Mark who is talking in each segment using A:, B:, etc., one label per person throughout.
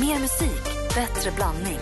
A: Mer musik, bättre blandning.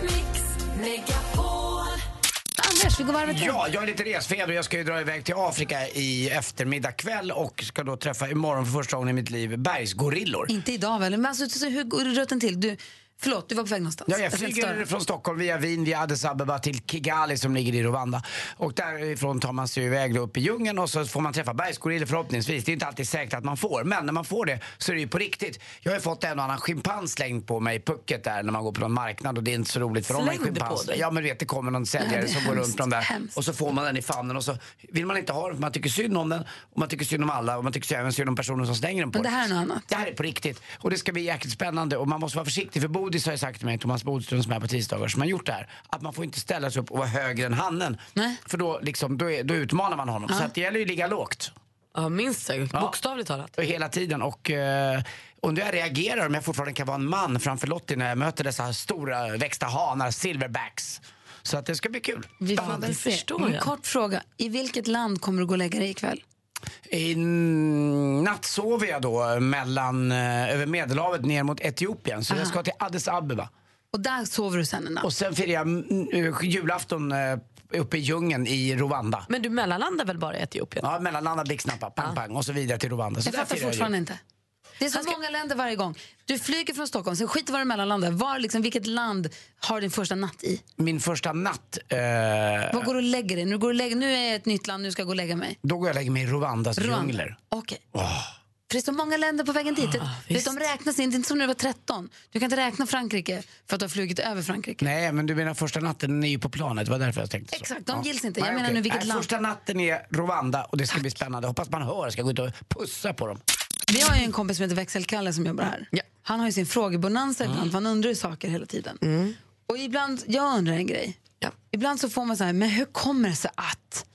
B: Anders, vi går varvet runt.
C: Ja, jag är lite resfeber. Jag ska ju dra iväg till Afrika i eftermiddag kväll och ska då träffa imorgon för första gången i mitt liv bergsgorillor.
B: Inte idag väl? Men alltså, så, hur går rutten till? Du, förlåt, du var på väg någonstans.
C: Ja, jag
B: ska inte
C: flyger
B: störa.
C: från Stockholm via Wien, via Addis Abeba till Kigali som ligger i Rwanda. Och därifrån tar man sig iväg då upp i djungeln och så får man träffa bergsgorillor förhoppningsvis. Det är inte alltid säkert att man får, men när man får det så är det ju på riktigt. Jag har ju fått en och annan schimpans slängd på mig i pucket där när man går på någon marknad och det är inte så roligt för dem med
B: Slängd på
C: schimpanser.
B: dig?
C: Ja, men du vet, det kommer någon säljare
B: det är
C: som går
B: hemskt,
C: runt dem där
B: hemskt.
C: och så får man den i famnen och så vill man inte ha den för man tycker synd om den och man tycker synd om alla och man tycker även synd om personen som slänger den på
B: Men det
C: en.
B: här är något annat.
C: Det här är på riktigt. Och det ska bli jäkligt spännande. Och man måste vara försiktig. För Bodis har ju sagt till mig, Thomas Bodström som är här på tisdagar, som har gjort det här. Att man får inte ställa sig upp och vara högre än hannen.
B: Nej.
C: För då, liksom, då, är, då utmanar man honom. Så att det gäller ju att ligga lågt.
D: Ja, minst sagt. Bokstavligt talat.
C: Och Hela tiden. Och eh, undrar hur jag reagerar om jag fortfarande kan vara en man framför Lottie när jag möter dessa stora växta hanar, silverbacks. Så att det ska bli kul.
B: Vi
D: Ja,
B: får
D: det
B: se. Mm,
D: förstår
B: En
D: jag.
B: kort fråga. I vilket land kommer du gå och lägga dig ikväll?
C: I natt sover jag då mellan, eh, över Medelhavet ner mot Etiopien. Så jag ska till Addis Abeba.
B: Och där sover du sen en natt?
C: Och sen firar jag mm, eh, julafton eh, uppe i djungeln i Rwanda.
D: Men du mellanlandar väl bara i Etiopien?
C: Ja, mellanlandar blixtsnabba, pang pang och så vidare till Rwanda. Så
B: jag
C: där
B: fattar
C: firar jag
B: fortfarande
C: jul.
B: inte. Det är så många länder varje gång. Du flyger från Stockholm, sen skiter var du mellanlandar. Var, liksom, vilket land har din första natt i?
C: Min första natt, eh,
B: Var går du och lägger dig? Nu, går du och lägger, nu är jag i ett nytt land, nu ska jag gå och lägga mig.
C: då går jag och lägger mig i Rwandas
B: Rwanda.
C: djungler.
B: Okej. För det är så många länder på vägen
C: Ah,
B: dit. Du vet,
D: visst.
B: de räknas inte, det är inte som när du var 13. Du kan inte räkna Frankrike för att du har flugit över Frankrike.
C: Nej, men du menar första natten den är ju på planet, det var därför jag tänkte så.
B: Exakt, de gills inte. Jag menar
C: okej.
B: nu vilket
C: Nej,
B: land.
C: Första natten är Rwanda och det ska bli spännande. Hoppas man hör, jag ska gå ut och pussa på dem.
B: Vi har ju en kompis som heter Växelkalle som jobbar här.
D: Ja.
B: Han har ju sin frågebonanza ibland, för han undrar ju saker hela tiden.
D: Mm.
B: Och ibland, jag undrar en grej.
D: Ja.
B: Ibland så får man så här, men hur kommer det sig att?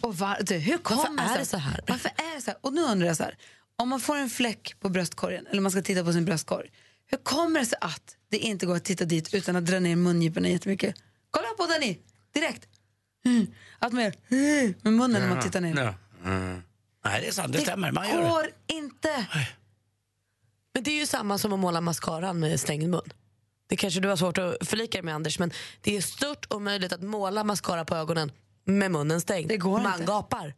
B: Och var, du, hur kommer
D: är
B: sig
D: det så här?
B: Varför är det så här? Och nu undrar jag så här, om man får en fläck på bröstkorgen, eller man ska titta på sin bröstkorg, hur kommer det sig att det inte går att titta dit utan att dra ner mungiporna jättemycket? Kolla på den i, direkt. Mm. Att man gör mm, med munnen när man tittar ner.
C: Mm. Nej, det är sant, det, stämmer. Man gör det.
B: Går inte.
D: Men det är ju samma som att måla mascaran med stängd mun. Det kanske du har svårt att förlika dig med Anders, men det är stört omöjligt att måla mascara på ögonen med munnen stängd.
B: Det går
D: Man
B: inte.
D: gapar.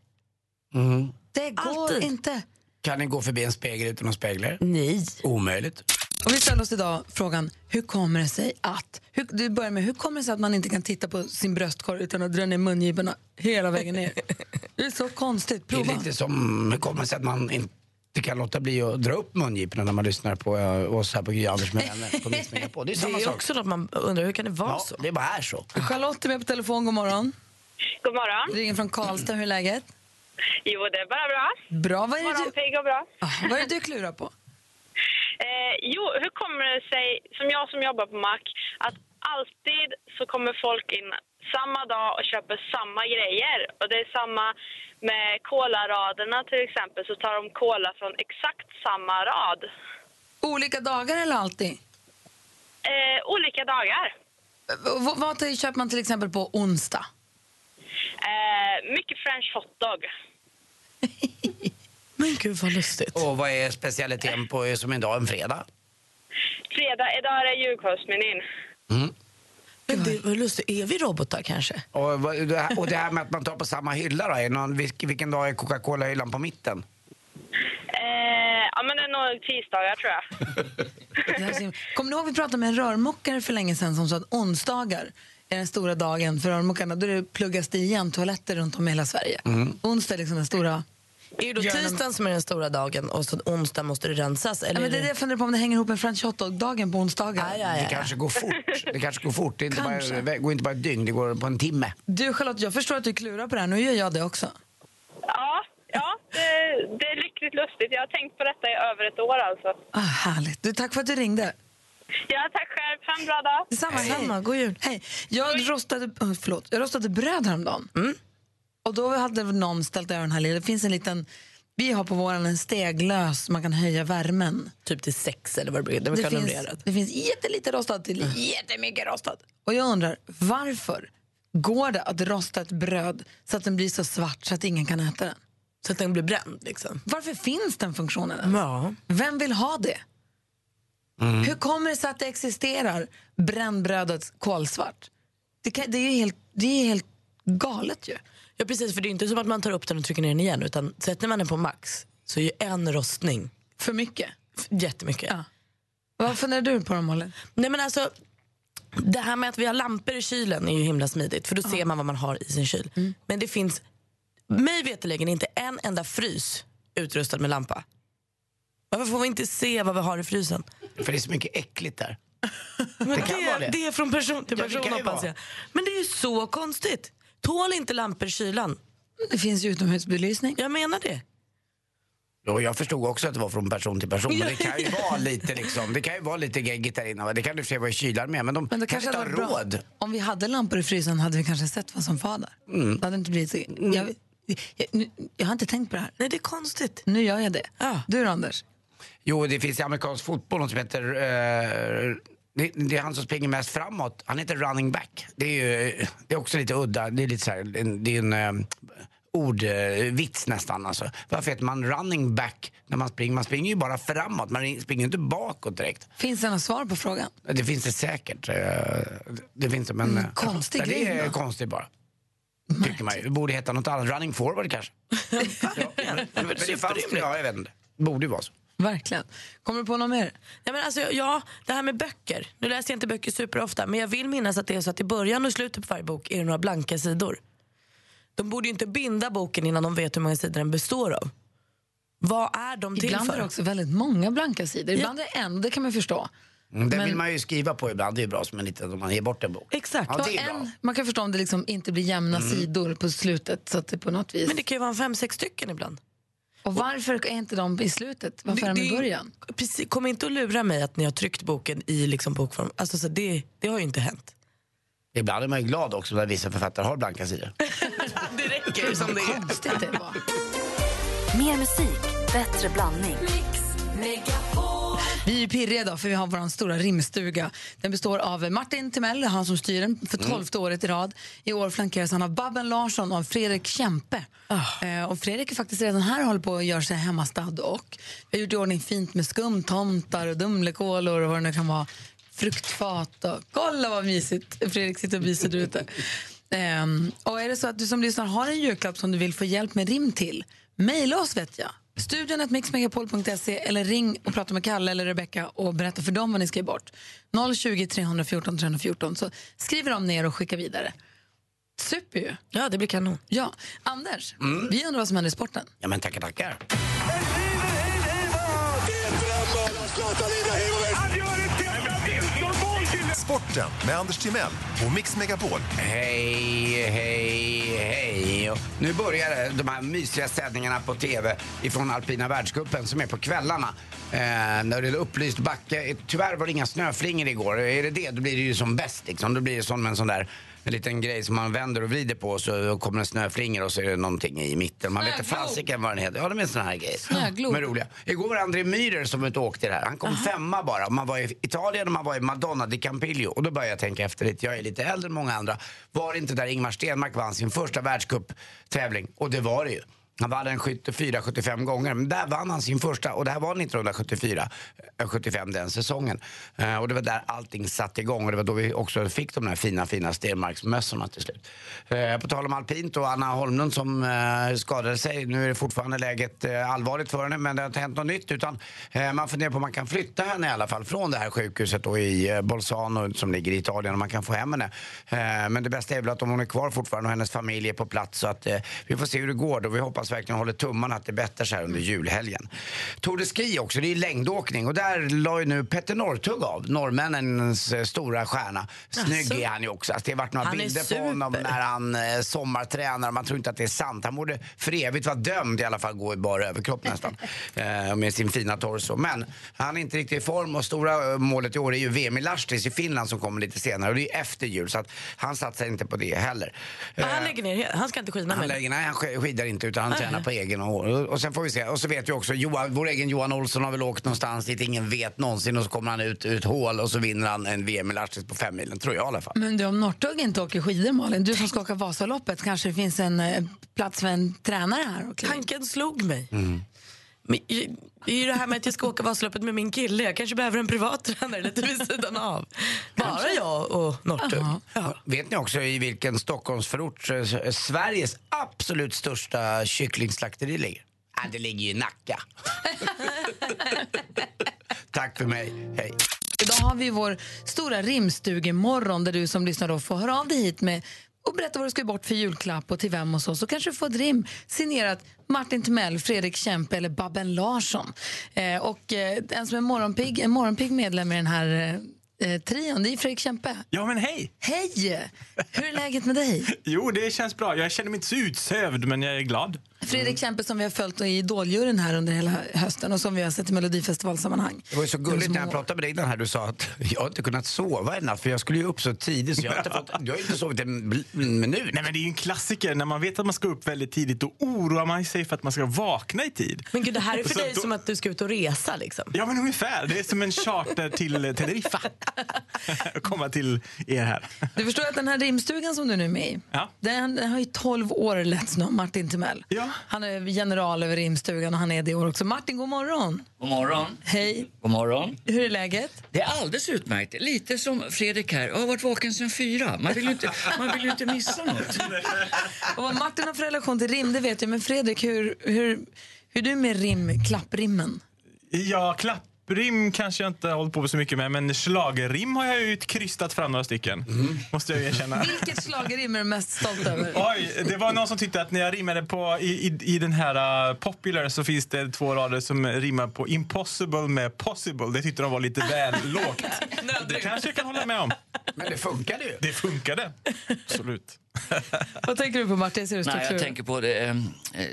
B: Det går
D: Alltid.
B: inte.
C: Mm. Kan ni gå förbi en spegel utan att speglar?
D: Nej.
C: Omöjligt.
B: Och vi ställer oss idag frågan, hur kommer det sig att... Hur, du börjar med, hur kommer det sig att man inte kan titta på sin bröstkorg utan att dra ner mungiporna hela vägen ner? Det är så konstigt.
C: Det är
B: Prova.
C: lite som, hur kommer det sig att man inte kan låta bli att dra upp mungiporna när man lyssnar på eh, oss här på Gry Anders med vänner på Mix Megapol? Det är
D: Det
C: samma
D: är
C: sak.
D: också något man undrar, hur kan det vara
C: Ja,
D: så?
C: det är bara är så.
B: Charlotte är med på telefon. God morgon.
E: God morgon.
B: Ringer från Karlstad. Hur är läget?
E: Jo, det är bara bra.
B: Bra. Vad är det du,
E: Morgonpigg och bra.
B: Ah, vad är det du klurar på?
E: Eh, jo, hur kommer det sig, som jag som jobbar på mack, att alltid så kommer folk in samma dag och köper samma grejer. Och det är samma med kolaraderna till exempel, så tar de kola från exakt samma rad.
B: Olika dagar eller alltid?
E: Eh, olika dagar.
B: V- v- vad till- köper man till exempel på onsdag?
E: Eh, mycket french hotdog.
D: Men gud vad lustigt.
C: Och vad är specialiteten på eh, som idag, en fredag?
E: Fredag, idag är det julkostmenyn.
D: Men det var lustigt. Är vi robotar kanske?
C: Och, vad- det här- och det här med att man tar på samma hylla då? Är någon, vilk- vilken dag är Coca-Cola-hyllan på mitten?
E: Eh, ja, men det är nog tisdagar tror jag.
B: Det här ser- Kommer du ihåg vi pratade med en rörmokare för länge sedan som sa att onsdagar är den stora dagen för rörmokarna. Då är det pluggas det igen toaletter runt om i hela Sverige.
D: Mm.
B: Onsdag är liksom den stora.
D: Är det då
B: Gör någon-
D: tisdagen som är den stora dagen och så onsdag måste det rensas? Eller
B: Ja, men det är det jag funderar på om det hänger ihop med french hotdog-dagen på onsdagar.
D: Aj, aj,
C: Det
D: aj.
C: kanske går fort. Det kanske går fort. Det är inte
B: Kanske.
C: bara, det går inte bara ett dygn, det går på en timme.
B: Du Charlotte, jag förstår att du klurar på det här. Nu gör jag det också.
E: Ja, ja det, det är riktigt lustigt. Jag har tänkt på detta i över ett år alltså.
B: Ah, härligt. Du, tack för att du ringde.
E: Ja, tack själv. Ha en bra dag.
B: Detsamma.
D: Hej.
B: Samma. God jul. Hej. Jag rostade, oh, förlåt, jag rostade bröd häromdagen.
D: Mm.
B: Och då hade någon ställt över den här lilla. Det finns en liten, vi har på våran en steglös, man kan höja värmen.
D: Typ till sex eller vad det blir. Det brukar
B: Det finns,
D: numrerat.
B: det finns jättelite rostad till jättemycket rostad. Och jag undrar, varför går det att rosta ett bröd så att den blir så svart så att ingen kan äta den?
D: Så att den blir bränd liksom.
B: Varför finns den funktionen ens?
D: Ja.
B: Vem vill ha det? Hur kommer det sig att det existerar brännbrödet kolsvart? Det, kan, det är ju helt, det är helt galet ju.
D: Ja precis, för det är inte som att man tar upp den och trycker ner den igen utan sätter man den på max så är ju en rostning
B: För mycket.
D: f- jättemycket.
B: Ja. Vad funderar du på om Malin?
D: Nej men alltså, det här med att vi har lampor i kylen är ju himla smidigt för då ser man vad man har i sin kyl.
B: Mm.
D: Men det finns, mig veterligen inte en enda frys utrustad med lampa. Varför får vi inte se vad vi har i frysen?
C: För det är så mycket äckligt där.
D: Men det,
C: kan vara det.
D: är från person till
C: Ja, det
D: person
C: kan ju
D: hoppas
C: vara.
D: jag. Men det är ju så konstigt. Tål inte lampor i kylan?
B: Det finns ju utomhusbelysning.
D: Jag menar det.
C: Och jag förstod också att det var från person till person. Men det kan ju vara lite liksom, det kan ju vara lite geggigt där inne. va? Det kan du i och för sig vara i kylan med. Men de
B: Men det kanske
C: kanske inte har
B: hade varit bra.
C: råd.
B: Om vi hade lampor i frysen hade vi kanske sett vad som var där. Det hade inte blivit så. Jag, jag, nu, jag har inte tänkt på det här.
D: Mm. Nej, det är konstigt.
B: Nu gör jag det.
D: Ja.
B: Du då, Anders?
C: Jo, det finns i amerikansk fotboll något som heter... eh, det, det är han som springer mest framåt. Han heter running back. Det är ju det är också lite udda. Det är lite så här, en- det är en eh, ordvits nästan. Alltså. Varför heter man running back när man springer? Man springer ju bara framåt. Man springer ju inte bakåt direkt.
B: Finns det något svar på frågan?
C: Det finns det säkert. eh, Det finns det, men... eh,
B: Mm, konstig
C: ja,
B: grej
C: Det är
B: då.
C: konstigt bara. Tycker man ju. Det borde heta något annat. Running forward kanske. ja, men, men det fanns, ja, jag vet inte. Borde ju vara så.
B: Verkligen. Kommer du på något mer?
D: Nej, men alltså, ja, det här med böcker. Nu läser jag inte böcker superofta, men jag vill minnas att det är så att i början och slutet på varje bok är det några blanka sidor. De borde ju inte binda boken innan de vet hur många sidor den består av. Vad är de till
B: Ibland är
D: för?
B: det också väldigt många blanka sidor. Ibland är det en, det kan man förstå.
C: Mm, Den
B: Men-
C: vill man ju skriva på ibland, det är ju bra som en liten, om man ger bort en bok.
D: Exakt.
C: Ja, det
B: Och
C: är bra. Mm.
B: en, man kan förstå om det liksom inte blir jämna sidor på slutet. Så att det på något vis.
D: Men det kan ju vara en fem, sex stycken ibland.
B: Och varför är inte de i slutet? Varför är de i
D: Det- det-
B: början?
D: Precis, kom inte och lura mig att ni har tryckt boken i liksom bokform. Alltså, så det, det har ju inte hänt.
C: Ibland är man ju glad också när vissa författare har blanka sidor.
D: Det räcker ju som det är.
B: Konstigt det var.
A: Mer musik, bättre blandning.
B: Vi är ju pirriga idag för vi har vår stora rimstuga. Den består av Martin Timell, han som styr den för
C: Mm.
B: tolfte året i rad. I år flankeras han av Babben Larsson och av Fredrik Kempe.
D: Ah.
B: Eh, och Fredrik är faktiskt redan här och håller på att göra sig hemmastad. Och vi har gjort i ordning fint med skumtomtar och dumlekolor och vad det nu kan vara. Fruktfat och kolla vad mysigt Fredrik sitter och myser där ute. Ehm, och är det så att du som lyssnar har en julklapp som du vill få hjälp med rim till, mejla oss vet jag. Studion at mixmegapol.se eller ring och prata med Kalle eller Rebecka och berätta för dem vad ni ska ge bort. 020 314 314 så skriver de ner och skickar vidare. Super ju.
D: Ja, det blir kanon.
B: Ja, Anders, vi undrar vad som händer i sporten.
C: Mm. Ja men tackar, tackar.
F: Sporten med Anders Timell och Mix Megapol.
C: Hej, hej, hej. Och Nu börjar de här mysiga sändningarna på TV ifrån alpina världscupen som är på kvällarna. Eh, när det är upplyst backe. Tyvärr var det inga snöflingor igår. Är det det, då blir det ju som bäst liksom. Då blir det som en sån där en liten grej som man vänder och vrider på så kommer en snöflingor och så är det någonting i mitten. Man vet inte
B: Snöglob.
C: fasiken vad den heter. Ja, de är såna här grejer.
B: Snöglob.
C: Men roliga. Igår var det André Myhrer som var ute och åkte det här. Han kom femma bara. Man var i Italien och man var i Madonna di Campiglio. Och då började jag tänka efter lite. Jag är lite äldre än många andra. Var det inte där Ingmar Stenmark vann sin första världscuptävling? Och det var det ju. Han vann den 74-75 gånger, men där vann han sin första och det här var 1974-75 den säsongen. Eh, och det var där allting satte igång och det var då vi också fick de här fina, fina Stenmarksmössorna till slut. Eh, på tal om alpint och Anna Holmlund som eh, skadade sig. Nu är det fortfarande läget eh, allvarligt för henne men det har inte hänt något nytt utan eh, man funderar på om man kan flytta henne i alla fall från det här sjukhuset då i eh, Bolzano som ligger i Italien och man kan få hem henne. Eh, men det bästa är väl att om hon är kvar fortfarande och hennes familj är på plats så att eh, vi får se hur det går då. Vi hoppas verkligen håller tummarna att det bättrar sig här under julhelgen. Tour de Ski också, det är ju längdåkning och där la ju nu Petter Northug av, norrmännens eh, stora stjärna. Snygg
D: Alltså.
C: är han ju också. Alltså, det har varit några
D: Han är
C: bilder på honom
D: super.
C: när när han eh, sommartränar. Man tror inte att det är sant. Han borde för evigt vara dömd i alla fall gå i bara överkropp nästan. eh, med sin fina torso. Men han är inte riktigt i form och stora eh, målet i år är ju VM i Lahtis i Finland som kommer lite senare. Och det är ju efter jul så att han satsar inte på det heller. Eh,
D: Men han lägger ner, han ska inte skina
C: Han
D: med
C: lägger, nej, han sk- skidar inte utan han
D: Nej.
C: tränar på egen och, och sen får vi se. Och så vet vi också, Johan, vår egen Johan Olsson har väl åkt någonstans dit ingen vet någonsin och så kommer han ut ur ett hål och så vinner han en VM i Lahtis på fem milen, tror jag i alla fall.
B: Men du, om Northug inte åker skidor, Malin, du som ska åka Vasaloppet, kanske det finns en eh, plats för en tränare här? Och kliva in.
D: Tanken slog mig. Men i- det är ju det här med att jag ska åka Vasaloppet med min kille. Jag kanske behöver en privat tränare lite vid sidan av. Bara jag och Norrtull. Ja.
C: Vet ni också i vilken Stockholmsförort eh, s- Sveriges absolut största kycklingslakteri ligger? Ah, det ligger ju i Nacka. Tack för mig. Hej.
B: Idag har vi vår stora rimstugemorgon där du som lyssnar då får höra av dig hit med och berätta vad du ska ge bort för julklapp och till vem och så. Så kanske du får ett rim signerat Martin Timell, Fredrik Kempe eller Babben Larsson. Eh, och eh, en som är morgonpigg, en morgonpigg medlem i den här eh, trion, det är ju Fredrik Kempe.
G: Ja, men hej!
B: Hej! Hur är läget med dig?
G: Jo, det känns bra. Jag känner mig inte så utsövd, men jag är glad.
B: Fredrik Kempe som vi har följt i Idoljuryn här under hela hösten och som vi har sett i Melodifestivalsammanhang.
C: Det var ju så gulligt när jag
B: Små-
C: pratade med dig innan här. Du sa att jag har inte kunnat sova i natt för jag skulle ju upp så tidigt så jag har inte, fått, jag har inte sovit en bl- en minut.
G: Nej, men det är ju en klassiker. När man vet att man ska upp väldigt tidigt, då oroar man sig för att man ska vakna i tid.
D: Men gud, det här är för
G: Så
D: dig
G: då-
D: som att du ska ut och resa liksom.
G: Ja, men ungefär. Det är som en charter till eh, Teneriffa. Att komma till er här.
B: Du förstår att den här rimstugan som du nu är med i,
G: Ja.
B: den, den har ju 12 år letts nu av Martin Timell.
G: Ja.
B: Han är general över rimstugan och han är det i år också. Martin, god morgon!
H: God morgon.
B: Hej,
H: God morgon.
B: hur är läget?
H: Det är alldeles utmärkt. Lite som Fredrik här. Jag har varit vaken sedan fyra. Man vill ju inte, man vill ju inte missa något.
B: Och vad Martin har för relation till rim, det vet jag. Men Fredrik, hur, hur, hur är du med rim, klapprimmen?
G: Ja, klapprim kanske jag inte har hållit på så mycket med, men schlagerrim har jag ju krystat fram några stycken. Måste jag ju erkänna.
B: Vilket schlagerrim är du mest stolt över?
G: Oj, det var någon som tyckte att när jag rimmade på i, i, i den här uh, Popular så finns det två rader som rimmar på impossible med possible. Det tyckte de var lite väl lågt. Det kanske jag kan hålla med om.
C: Men det funkade ju.
G: Det funkade. Absolut.
B: vad tänker du på Martin? Ser du
H: Nej, jag
B: struktur?
H: tänker på det. eh,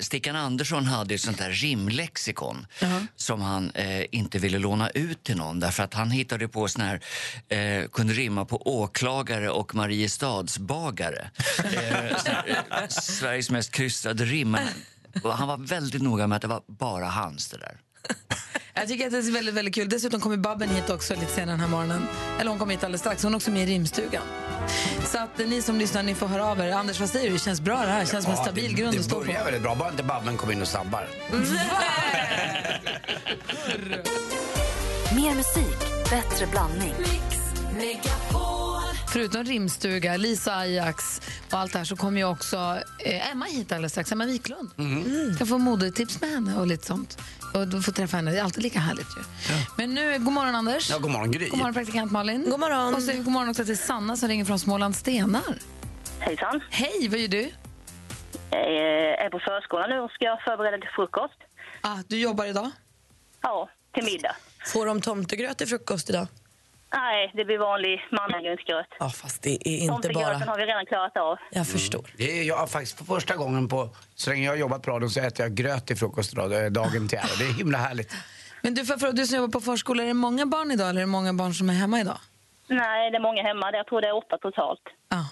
H: Stickan Andersson hade ett sånt där rimlexikon som han eh, inte ville låna ut till någon därför att han hittade på sån här, eh, kunde rimma på åklagare och Mariestadsbagare. eh, sån här, eh, Sveriges mest krystade rim. Och han var väldigt noga med att det var bara hans det där.
B: Jag tycker att det är väldigt, väldigt kul. Dessutom kommer Babben hit också lite senare den här morgonen. Eller hon kommer hit alldeles strax. Hon är också med i rimstugan. Så att eh, ni som lyssnar, ni får höra av er. Anders, vad säger du? Känns bra det här? Känns som en
C: Ja,
B: stabil
C: det,
B: grund att
C: det
B: stå på?
C: börjar väldigt bra, bara inte Babben kom in och sabbar.
A: Mer musik, bättre blandning.
B: Förutom rimstuga, Lisa Ajax och allt det här så kommer ju också eh, Emma hit alldeles strax. Emma Wiklund.
C: Mm.
B: Mm. Ska få modetips med henne och lite sånt. Och du får träffa henne. Det är alltid lika härligt ju. Men nu, god morgon Anders.
C: Ja, god morgon Gry.
B: God morgon praktikant Malin. God morgon. Och så god morgon också till Sanna som ringer från Småland Stenar.
I: Hejsan.
B: Hej, vad gör du?
I: Jag är på förskolan nu och ska förbereda till frukost.
B: Ah, du jobbar idag?
I: Ja, till middag.
D: Får de tomtegröt till frukost idag?
I: Nej, det blir vanlig mannagrynsgröt.
D: Ja, fast det är inte
I: Tomtegröten
D: bara...
I: har vi redan klarat av.
D: Jag förstår.
C: Mm. Det är jag faktiskt för första gången på, så länge jag har jobbat på radion så äter jag gröt till frukost idag, det är dagen till ära. Det är himla härligt.
B: Men du, för, du som jobbar på förskola, är det många barn idag eller är det många barn som är hemma idag?
I: Nej, det är många hemma. Jag tror det är åtta totalt
B: Ja.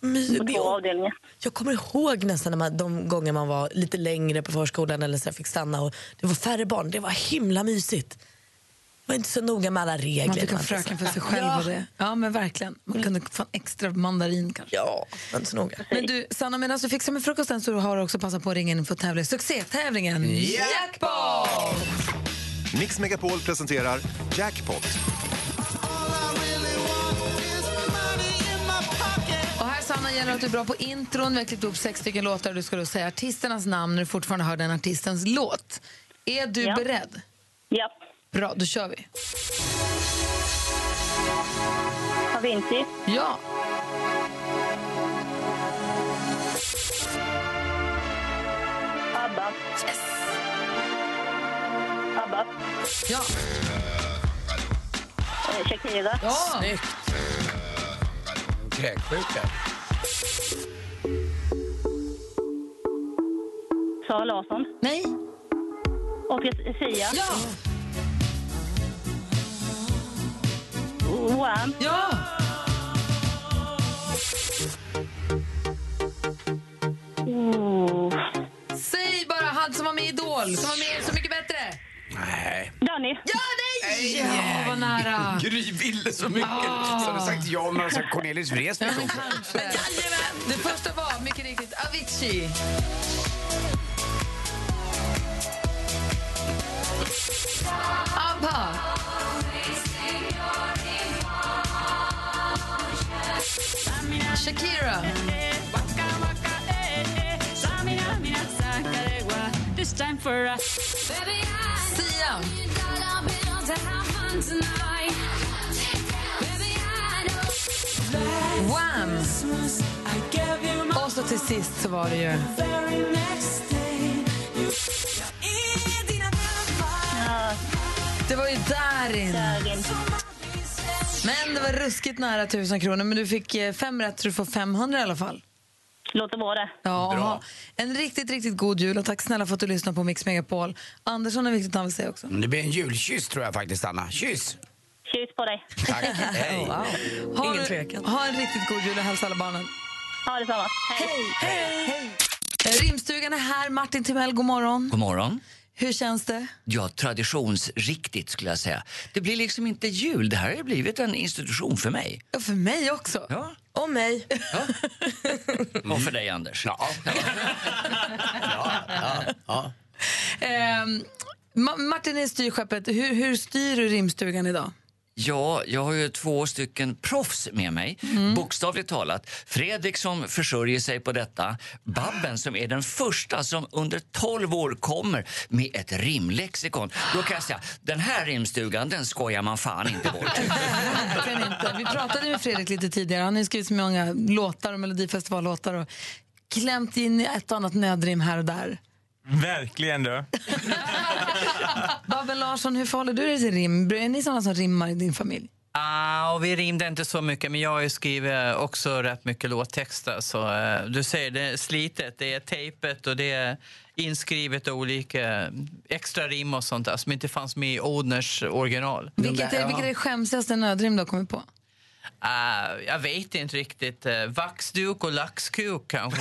D: My-
I: på
D: det-
I: två avdelningar.
D: Jag kommer ihåg nästan när man, de gånger man var lite längre på förskolan eller så här fick stanna och det var färre barn. Det var himla mysigt. Det var inte så noga med alla regler.
B: Man fick ha
D: var inte så-
B: fröken för sig själv och det. Ja, men verkligen. Man kunde få en extra mandarin kanske.
D: Ja, det var inte så noga.
B: Men du, Sanna, medan du fixar med frukosten så har du också passat på att ringa in för att tävla i succétävlingen Jackpot!
F: Mix Megapol presenterar Jackpot.
B: Och här Sanna gäller att du är bra på intron. Vi har klippt upp sex stycken låtar och du ska då säga artisternas namn när du fortfarande hör den artistens låt. Är du
I: Ja.
B: beredd?
I: Ja,
B: Bra, då kör vi.
I: Avinci,
B: Ja,
I: Abba. Abba,
B: ja,
I: eh, Shakira,
B: ja.
C: Kräksjuka.
I: Sara Larsson
B: Nej,
I: och Sia,
B: ja,
I: Wham,
B: ja.
I: oh.
B: Säg bara han som var med i Idol, som var med i Så mycket bättre.
C: Nej.
I: Danny,
B: Ja, nej! Ja, vad nära.
C: Gry ville så mycket. Så hade sagt ja, men alltså Cornelius Vreeswijk också.
B: Men jajamän, Det första var mycket riktigt Avicii. ABBA! Shakira.
J: eh,
B: Sia. Wham! Och så till sist så var det ju... Det var ju Darin. Men det var ruskigt nära 1000 kronor. Men du fick eh, fem rätt så du får 500 i alla fall.
I: Låter bra det.
B: Ja, och ha en riktigt, riktigt god jul och tack snälla för att du lyssnar på Mix Megapol. Andersson är viktigt han vill säga också.
C: Det blir en julkyss tror jag faktiskt, Anna. Kyss!
I: Kyss på dig.
C: Tack. Hej.
B: Wow. Ha,
D: Ingen tvekan.
B: ha en riktigt god jul och hälsa alla barnen.
I: Ha detsamma. Hej.
B: Eh, Rimstugan är här. Martin Timell, god morgon.
H: God morgon.
B: Hur känns det?
H: Ja, traditionsriktigt skulle jag säga. Det blir liksom inte jul. Det här har blivit en institution för mig.
B: Ja, för mig också.
H: Ja,
D: Och mig.
H: ja. Och för dig, Anders.
C: Ja. ja, ja, ja.
B: Ehm, Ma- Martin är styrskeppet. Hur, hur styr du rimstugan idag?
H: Ja, jag har ju två stycken proffs med mig,
B: Mm.
H: bokstavligt talat. Fredrik som försörjer sig på detta, Babben som är den första som under 12 år kommer med ett rimlexikon. Då kan jag säga, den här rimstugan, den skojar man fan inte bort.
B: Verkligen inte. Vi pratade med Fredrik lite tidigare. Han har ju skrivit så många låtar och melodifestivallåtar och klämt in ett och annat nödrim här och där.
G: Verkligen du.
B: Babben Larsson, hur förhåller du dig till rim? Är ni såna som rimmar i din familj?
K: Ah, och vi rimde inte så mycket, men jag har ju skrivit eh, också rätt mycket låttexter. Så, eh, du ser, det är slitet, det är tejpet och det är inskrivet och olika eh, extra rim och sånt där som inte fanns med i Odners original.
B: Vilket är, vilket är det skämsigaste nödrim du har kommit på?
K: Ah, jag vet inte riktigt. eh, Vaxduk och laxkuk kanske.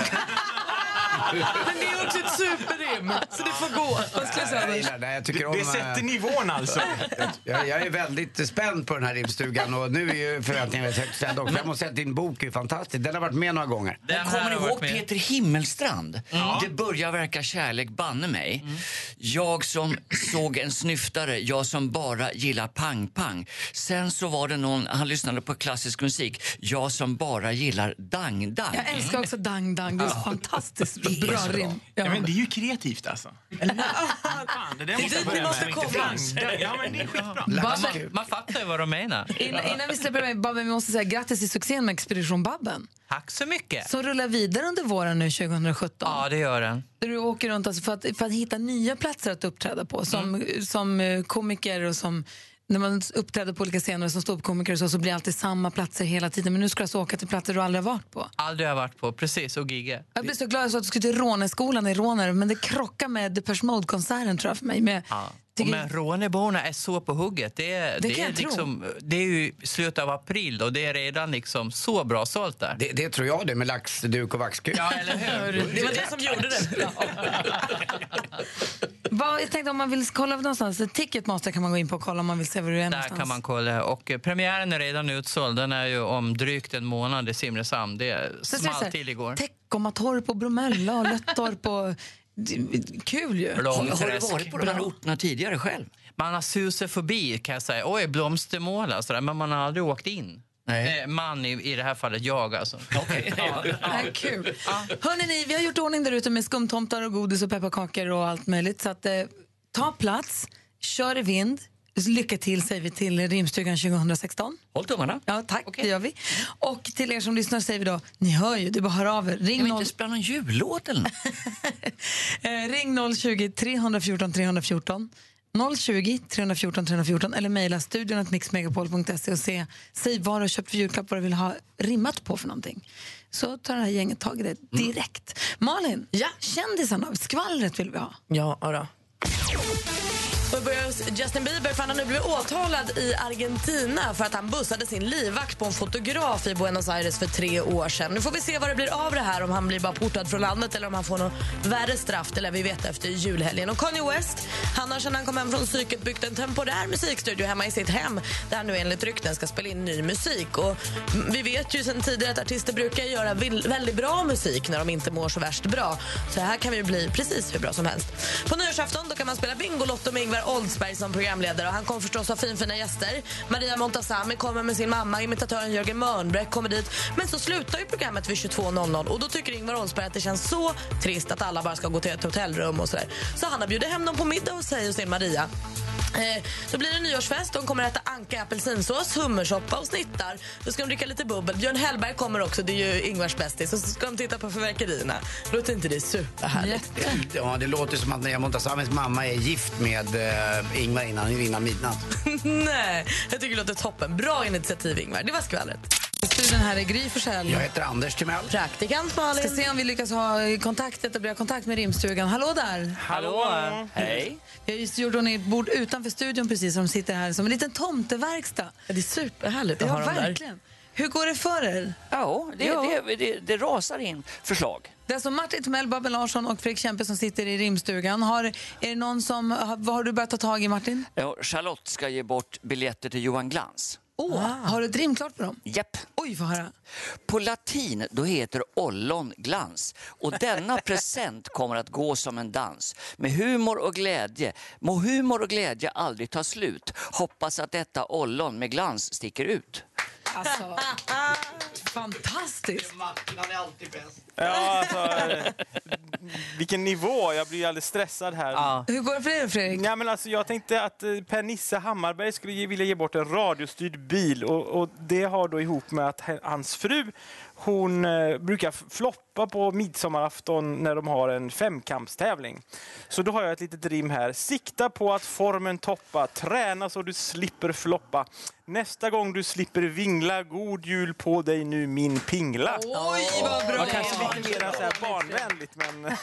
D: Men det är också ett superrim, så det får gå. Vad ska jag säga?
C: Jag gillar det. Jag tycker om...
G: Det
C: eh,
G: sätter nivån alltså.
C: Jag, jag är väldigt spänd på den här rimstugan och nu är ju förväntningarna rätt högt ställda också. Jag måste säga att din bok är fantastisk. Den har varit med några gånger.
K: Den här
H: Kommer ni
K: har varit
H: ihåg
K: med.
H: Peter Himmelstrand? Det börjar verka kärlek, banne mig. Jag som såg en snyftare, jag som bara gillar pang-pang. Sen så var det någon, han lyssnade på klassisk musik, jag som bara gillar dang-dang. Mm.
B: Jag älskar också Dang Dang. Det är så fantastiskt bra rim. Ja.
G: Ja, men det är ju kreativt alltså. Eller hur? Fan, det där måste jag
D: dit vi
G: börja
D: måste
G: med.
D: komma.
G: Ja, men det är skitbra.
B: Babben,
K: Man fattar ju vad de menar.
B: innan, innan vi släpper iväg Babben, vi måste säga grattis till succén med Expedition Babben
K: Tack så mycket.
B: som rullar vidare under våren nu 2017.
K: Ja, det gör den.
B: Där du åker runt alltså för, att, för att hitta nya platser att uppträda på som,
K: Mm.
B: som eh, komiker och som när man uppträder på olika scener som ståuppkomiker och så, så blir det alltid samma platser hela tiden. Men nu ska du alltså åka till platser du aldrig har varit på.
K: Aldrig har jag varit på. Precis, och gigga.
B: Jag blev så glad jag sa att du skulle till Råneskolan i Råne, men det krockar med Depeche Mode-konserten tror jag för mig. Men jag
K: Ja.
B: tycker-
K: Men Råneborna är så på hugget. Det är,
B: Det
K: det
B: kan
K: är,
B: jag tro.
K: liksom, det är ju slutet av april och det är redan liksom så bra sålt där.
C: Det, det tror jag det med laxduk och vaxkuk.
K: Ja, eller hur?
D: Det var det som gjorde det.
B: Vad, jag tänkte om man vill kolla någonstans, Ticketmaster kan man gå in på och kolla om man vill se var du är
K: Där
B: någonstans.
K: kan man kolla. Och eh, premiären är redan utsåld. Den är ju om drygt en månad i Simrishamn. Det
B: Så ser det så
K: small
B: här,
K: till igår.
B: Teckomatorp och Bromölla och Löttorp och... Kul ju!
H: Har, har du varit
K: Blomträsk.
H: på de här orterna tidigare själv?
K: Man har susat förbi kan jag säga. Oj, blomstermåla och sådär. Men man har aldrig åkt in.
H: Nej.
K: Eh, Man i, i det här fallet, jag alltså.
B: Ja, kul. Hörrni, ni, vi har gjort ordning där ute med skumtomtar och godis och pepparkakor och allt möjligt. Så att, eh, ta plats, kör i vind. Lycka till säger vi till Rimstugan 2016.
H: Håll tummarna.
B: Ja, tack, det gör vi. Och till er som lyssnar säger vi då, ni hör ju, det är bara att höra av er. Ring,
H: Kan vi
B: noll-
H: inte spela någon jullåt eller något?
B: eh, ring 020 314 314. 020 314 314 eller mejla studion att mixmegapol.se och se, säg vad du har köpt för julklapp, vad du vill ha rimmat på för någonting. Så tar det här gänget tag i det direkt. Malin,
D: Mm. Ja.
B: kändisarna, skvallret vill vi ha.
D: Ja, då. Och vi börjar hos Justin Bieber för han har nu blivit åtalad i Argentina för att han bussade sin livvakt på en fotograf i Buenos Aires för tre år sedan. Nu får vi se vad det blir av det här, om han blir bara portad från landet eller om han får något värre straff. Det lär vi veta efter julhelgen. Och Kanye West, han har sedan han kom hem från psyket byggt en temporär musikstudio hemma i sitt hem där han nu enligt rykten ska spela in ny musik. Och mm, vi vet ju sedan tidigare att artister brukar göra vill- väldigt bra musik när de inte mår så värst bra. Så här kan vi bli precis hur bra som helst. På nyårsafton då kan man spela Bingolotto med Ingvar Gunnar Oldsberg som programledare och han kommer förstås ha finfina gäster. Maria Montazami kommer med sin mamma, imitatören Jörgen Mörnbäck kommer dit. Men så slutar ju programmet vid 22.00 och då tycker Ingvar Oldsberg att det känns så trist att alla bara ska gå till ett hotellrum och sådär. Så han har bjudit hem dem på middag hos sig och sin Maria. Eh, då blir det nyårsfest. De kommer att äta anka i apelsinsås, hummersoppa och snittar. Då ska de dricka lite bubbel. Björn Hellberg kommer också, det är ju Ingvars bästis. Och så ska de titta på fyrverkerierna. Låter inte det superhärligt?
C: Ja, det låter som att Maria Montazamis mamma är gift med eh, Ingvar innan, innan midnatt.
D: Nej, jag tycker det låter toppen. Bra initiativ, Ingvar. Det var skvallret.
B: Studion här är Gry Forssell.
C: Jag heter Anders Timell.
D: Praktikant Malin.
B: Ska se om vi lyckas ha kontakt, etablera kontakt med rimstugan. Hallå där!
K: Hallå! Hej!
B: Vi har just gjort ordning ett bord utanför studion precis som sitter här som en liten tomteverkstad.
D: Ja, det är superhärligt
B: Ja,
D: att ha dem där.
B: verkligen. Hur går det för er?
H: Ja, det, Det, det, det rasar in förslag.
B: Det är alltså Martin Tomell, Babben Larsson och Fredrik Kempe som sitter i rimstugan. Har, är det någon som, har, vad har du börjat ta tag i, Martin?
H: Ja, Charlotte ska ge bort biljetter till Johan Glans.
B: Åh, Har du ett rim klart på dem?
H: Japp.
B: Oj, vad höra.
H: På latin då heter ollon glans och denna present kommer att gå som en dans. Med humor och glädje, må humor och glädje aldrig ta slut. Hoppas att detta ollon med glans sticker ut.
B: Alltså, fantastiskt!
C: Han är alltid bäst.
G: Ja, alltså, vilken nivå, jag blir alldeles stressad här.
K: Ja.
B: Hur går det för er, Fredrik?
G: Nej, men alltså, jag tänkte att eh, Per-Nisse Hammarberg skulle ge, vilja ge bort en radiostyrd bil och, och det har då ihop med att he- hans fru hon eh, brukar f- floppa på midsommarafton när de har en femkampstävling. Så då har jag ett litet rim här. Sikta på att formen toppa, träna så du slipper floppa. Nästa gång du slipper vingla, god jul på dig nu min pingla.
B: Oj, vad bra!
G: Det kanske är lite mer så här barnvänligt, men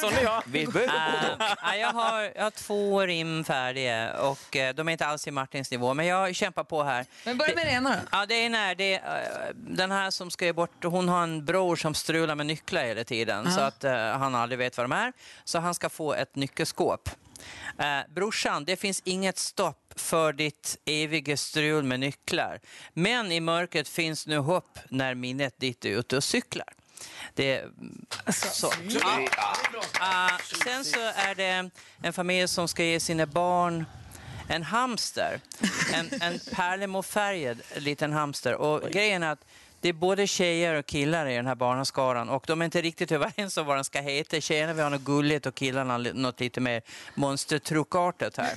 G: sån är jag.
H: Vi börjar på dem.
K: Ah, jag, har, jag har två rim färdiga och eh, de är inte alls i Martins nivå, men jag kämpar på här.
B: Men börja med det ena då.
K: Ja, det är när det, eh, den här som ska ge bort, hon har en bror som strular med nycklar hela tiden
B: Ah.
K: så att eh, han aldrig vet vad de är. Så han ska få ett nyckelskåp. Eh, brorsan, det finns inget stopp för ditt eviga strul med nycklar. Men i mörkret finns nu hopp när minnet ditt är ute och cyklar. Det är
B: Alltså,
K: så. Ja. Ah, sen så är det en familj som ska ge sina barn en hamster. En, en pärlemorfärgad liten hamster. Och grejen är att det är både tjejer och killar i den här barnaskaran och de är inte riktigt överens om vad den ska heta. Tjejerna vill ha något gulligt och killarna li- något lite mer monstertruckartat här.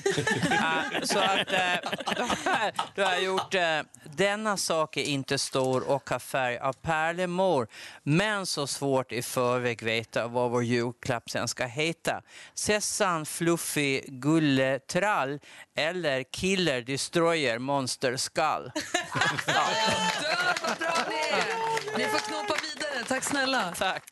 K: Ah, så att eh, då, har- då har jag gjort eh, denna sak är inte stor och har färg av pärlemor men så svårt i förväg veta vad vår julklapp sen ska heta. Sessan, Fluffy, Gulle, Trall eller Killer, Destroyer, Monster, Skull.
B: Dör, vad bra ni är! Ni får knåpa vidare. Tack snälla.
K: Tack.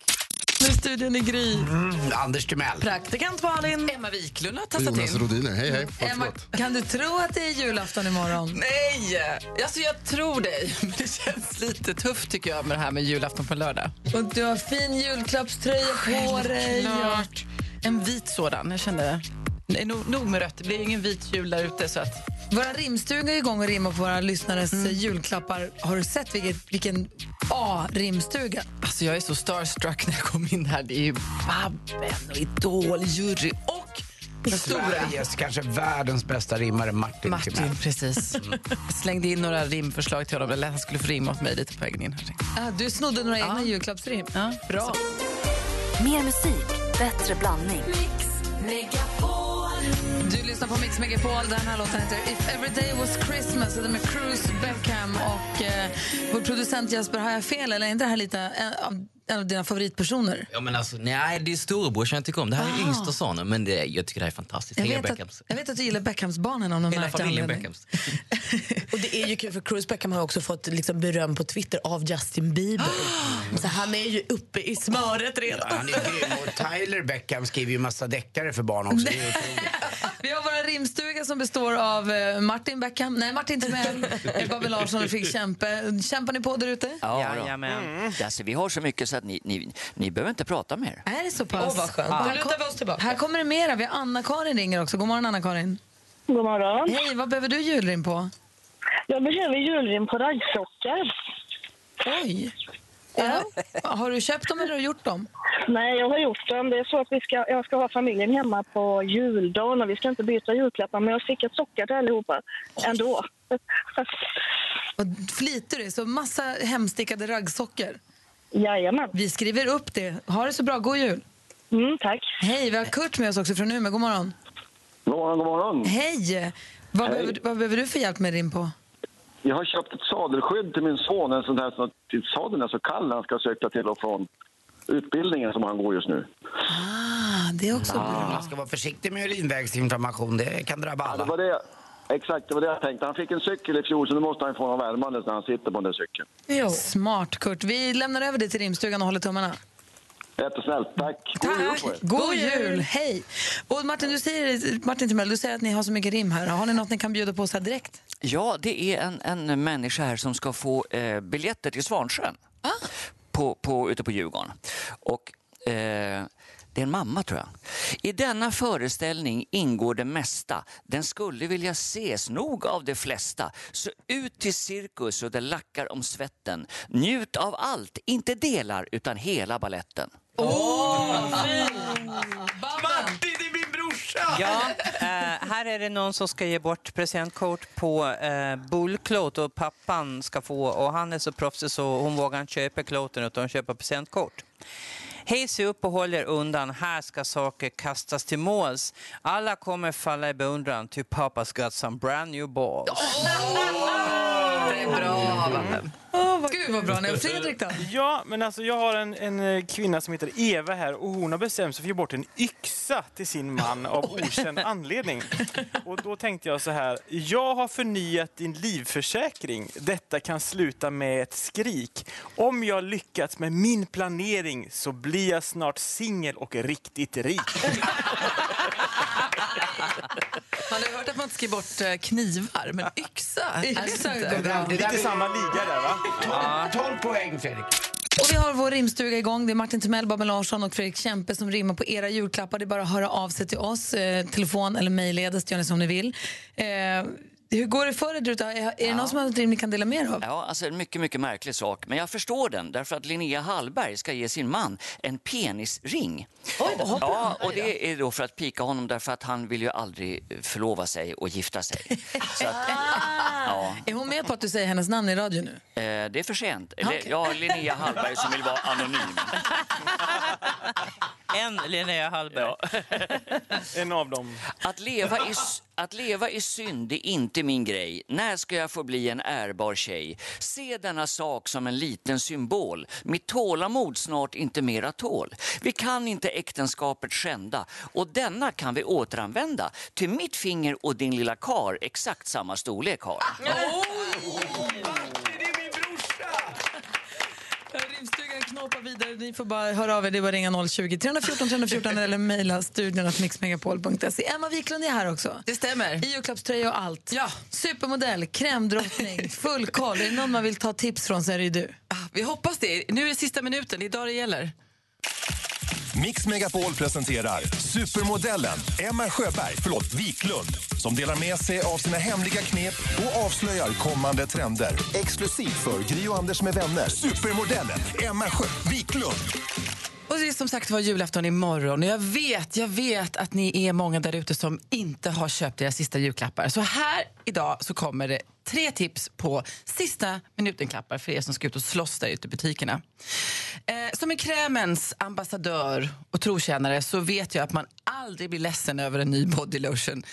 B: Nu är studion i Gry.
C: Mm, Anders Timell.
D: Praktikant Malin.
B: Emma Wiklund har tassat in.
L: Rodiner, hej hej.
B: Emma, kan du tro att det är julafton imorgon?
D: Nej! Alltså, jag tror dig, men det känns lite tufft tycker jag med det här med julafton på lördag.
B: Och du har fin julklappströja på dig.
L: Klart. En vit sådan. Jag kände... Nej, nog, nog med rött. Det blir ju ingen vit jul där ute. Så att...
B: Våra rimstuga är igång och rimmar på våra lyssnares eh, julklappar. Har du sett vilket, vilken A-rimstuga?
L: Alltså, jag är så starstruck när jag kom in här. Det är ju Babben och Idol, jury och Stora.
C: Sveriges, kanske världens bästa rimmare, Martin, Timell.
L: Martin, precis. Mm. Jag slängde in några rimförslag till honom. Eller han skulle få rimma åt mig lite på vägen in. Här.
B: Ah, du snodde några egna julklappsrim.
L: Ja, bra.
A: Mer musik, bättre blandning.
B: Du lyssnar på Mix Megapol. Den här låten heter If Every Day Was Christmas. Och Den är med Cruz Beckham och eh, vår producent Jesper. Har jag fel eller är inte det här lite en av, en av dina favoritpersoner?
M: Ja, men alltså, nej, det är storebrorsan jag tycker om. Det här är yngsta sonen, men det, jag tycker det här är fantastiskt.
B: Ah. Jag
M: Hela
B: vet,
M: Beckhams.
B: att, jag vet att du gillar Beckhams-barnen av någon
M: Hela
B: märklig
M: familjen
B: anledning.
M: Beckhams.
D: Och det är ju kul för Cruz Beckham har också fått liksom beröm på Twitter av Justin Bieber. Så han är ju uppe i smöret redan.
C: Han är grym. Och Tyler Beckham skriver ju massa deckare för barn också. Det är otroligt.
B: Vi har vår rimstuga som består av eh, Martin Beckham, nej Martin Timell, eh, Babbel Larsson och Fredrik Kämpe. Kämpar ni på där ute?
H: Ja, då.
K: Jajamän.
H: Alltså, vi har så mycket så att ni, ni, ni behöver inte prata mer.
B: Är det så pass?
D: Åh, vad skönt. Då
B: Här,
D: lutar vi oss
B: kom,
D: tillbaka.
B: här kommer det mera. Vi har Anna-Karin ringer också. God morgon Anna-Karin.
I: God morgon.
B: Hej, vad behöver du julrim på?
I: Jag behöver julrim på raggsockar.
B: Oj! Ja. Har du köpt dem eller har du gjort dem?
N: Nej, jag har gjort dem. Det är så att vi ska, jag ska ha familjen hemma på juldagen och vi ska inte byta julklappar, men jag har stickat sockar till allihopa ändå.
B: Och flitar du? Så massa hemstickade raggsockor?
N: Jajamän. Mm,
B: Vi skriver upp det. Ha det så bra. God jul!
N: tack.
B: Hej, vi har Kurt med oss också från Umeå. God morgon.
O: God morgon, god morgon.
B: Hej! Vad,
O: Hej.
B: Behöver, vad behöver du för hjälp med din på?
O: Jag har köpt ett sadelskydd till min son, en sån här som till sadeln är så kall när han ska cykla till och från utbildningen som han går just nu.
B: Ah, det är också
C: bra. Man ska vara försiktig med urinvägsinflammation, det kan drabba
O: Ja, det
C: alla.
O: var det, exakt, det var det jag tänkte. Han fick en cykel i fjol så nu måste han få någon värmande när han sitter på den där cykeln.
B: Smart, Kurt. Vi lämnar över det till rimstugan och håller tummarna.
O: Jättesnällt, tack. God jul på er.
B: God, jul! Hej! Och Martin, du säger, Martin Timell, du säger att ni har så mycket rim här. Har ni något ni kan bjuda på så här direkt?
H: Ja, det är en, en människa här som ska få eh, biljetter till Svansjön på, på, ute på Djurgården. Och, eh, det är en mamma, tror jag. I denna föreställning ingår det mesta. Den skulle vilja ses nog av de flesta. Så ut till cirkus och det lackar om svetten. Njut av allt, inte delar, utan hela balletten.
J: Martin, det är min brorsa!
K: Ja, eh, här är det någon som ska ge bort presentkort på eh, bullklot och pappan ska få och han är så proffsig så hon vågar inte köpa kloten utan hon köper presentkort. Hej se upp och håll er undan, här ska saker kastas till måls. Alla kommer falla i beundran, ty pappas got some brand new balls.
J: Det är bra.
B: Gud vad bra. Nej, Fredrik då?
G: Ja, men alltså jag har en, en eh, kvinna som heter Eva här och hon har bestämt sig för att ge bort en yxa till sin man av okänd anledning. Och då tänkte jag så här, jag har förnyat din livförsäkring. Detta kan sluta med ett skrik. Om jag lyckats med min planering så blir jag snart singel och riktigt rik.
L: Man har ju hört att man inte ska ge bort eh, knivar, men yxa?
G: Yxa
L: är
G: är bra. Det är lite samma liga där, va?
C: 12 poäng, Fredrik.
B: Och vi har vår rimstuga igång. Det är Martin Timell, Babben Larsson och Fredrik Kempe som rimmar på era julklappar. Det är bara att höra av sig till oss, eh, telefon eller mejlledes, gör ni som ni vill. Eh, hur går det för er där ute? Är, är det någon som har något rim ni kan dela med er av?
H: Ja, alltså en mycket, mycket märklig sak. Men jag förstår den, därför att Linnea Hallberg ska ge sin man en penisring. ja, och det är då för att pika honom, därför att han vill ju aldrig förlova sig och gifta sig. Eh, Så att, ja,
B: Är hon med på att du säger hennes namn i radio nu?
H: eh, det är för sent. Eller, ja, Linnea Hallberg som vill vara anonym.
K: En Linnea Hallberg.
G: En av dem.
H: Att leva, i, s- att leva i synd är inte min grej. När ska jag få bli en ärbar tjej? Se denna sak som en liten symbol. Mitt tålamod snart inte mera tål. Vi kan inte äktenskapet skända och denna kan vi återanvända. Till mitt finger och din lilla kar exakt samma storlek har.
B: Rimstugan knåpar vidare. Ni får bara höra av er. Det är bara att ringa 020 314 314 eller mejla studion att mixmegapol.se. Emma Wiklund är här också.
L: Det stämmer.
B: I julklappströja och allt. Ja. Supermodell, krämdrottning, full koll. Är det någon man vill ta tips från så är det ju du.
L: Vi hoppas det. Nu är det sista minuten, det är idag det gäller.
F: Mix Megapol presenterar supermodellen Emma Sjöberg, förlåt Wiklund, som delar med sig av sina hemliga knep och avslöjar kommande trender. Exklusivt för Gry och Anders med vänner. Supermodellen Emma Sjö Wiklund.
L: Och det är som sagt var julafton imorgon och jag vet, jag vet att ni är många där ute som inte har köpt era sista julklappar. Så här idag så kommer det tre tips på sista minuten-klappar för er som ska ut och slåss där ute i butikerna. Eh, som är krämens ambassadör och trotjänare så vet jag att man aldrig blir ledsen över en ny bodylotion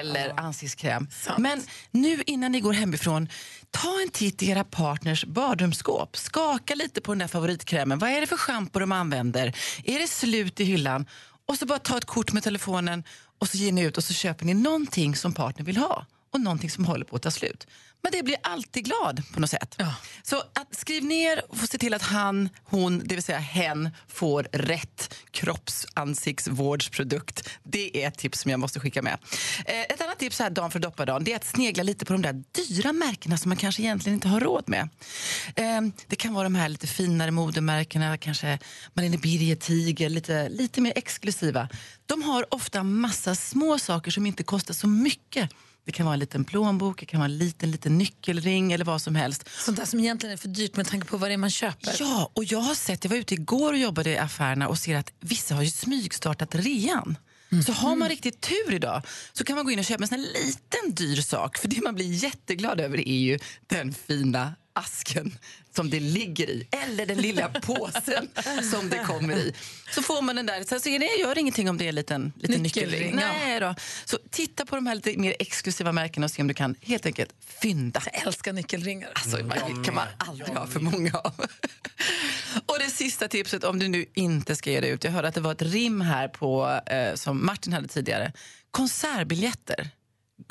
L: eller ansiktskräm. Men nu innan ni går hemifrån, ta en titt i era partners badrumsskåp. Skaka lite på den där favoritkrämen. Vad är det för schampo de använder? Är det slut i hyllan? Och så bara ta ett kort med telefonen och så ger ni ut och så köper ni någonting som partnern vill ha och någonting som håller på att ta slut. Men det blir alltid glad på något sätt. Så att skriv ner och få se till att han, hon, det vill säga hen får rätt kroppsansiktsvårdsprodukt. Det är ett tips som jag måste skicka med. Eh, ett annat tips så här dagen för doppadagen det är att snegla lite på de där dyra märkena som man kanske egentligen inte har råd med. Eh, det kan vara de här lite finare modemärkena, kanske Malene Birger Tiger, lite, lite mer exklusiva. De har ofta massa små saker som inte kostar så mycket Det kan vara en liten plånbok, det kan vara en liten, liten nyckelring eller vad som helst.
B: Sånt där som egentligen är för dyrt med tanke på vad det är man köper.
L: Ja, och jag har sett, jag var ute igår och jobbade i affärerna och ser att vissa har ju smygstartat rean.
B: Mm.
L: Så har man riktigt tur idag så kan man gå in och köpa en sån här liten dyr sak. För det man blir jätteglad över är ju den fina asken som det ligger i. Eller den lilla påsen som det kommer i. Så får man den där. Sen så är det, gör det ingenting om det är en liten, liten
B: Nyckelring,
L: nyckelring.
B: ja.
L: Nej då. Så titta på de här lite mer exklusiva märkena och se om du kan helt enkelt fynda. Jag
B: älskar nyckelringar.
L: Alltså, man, kan man aldrig ha för många av. Och det sista tipset, om du nu inte ska ge dig ut. Jag hörde att det var ett rim här på, eh, som Martin hade tidigare. Konsertbiljetter.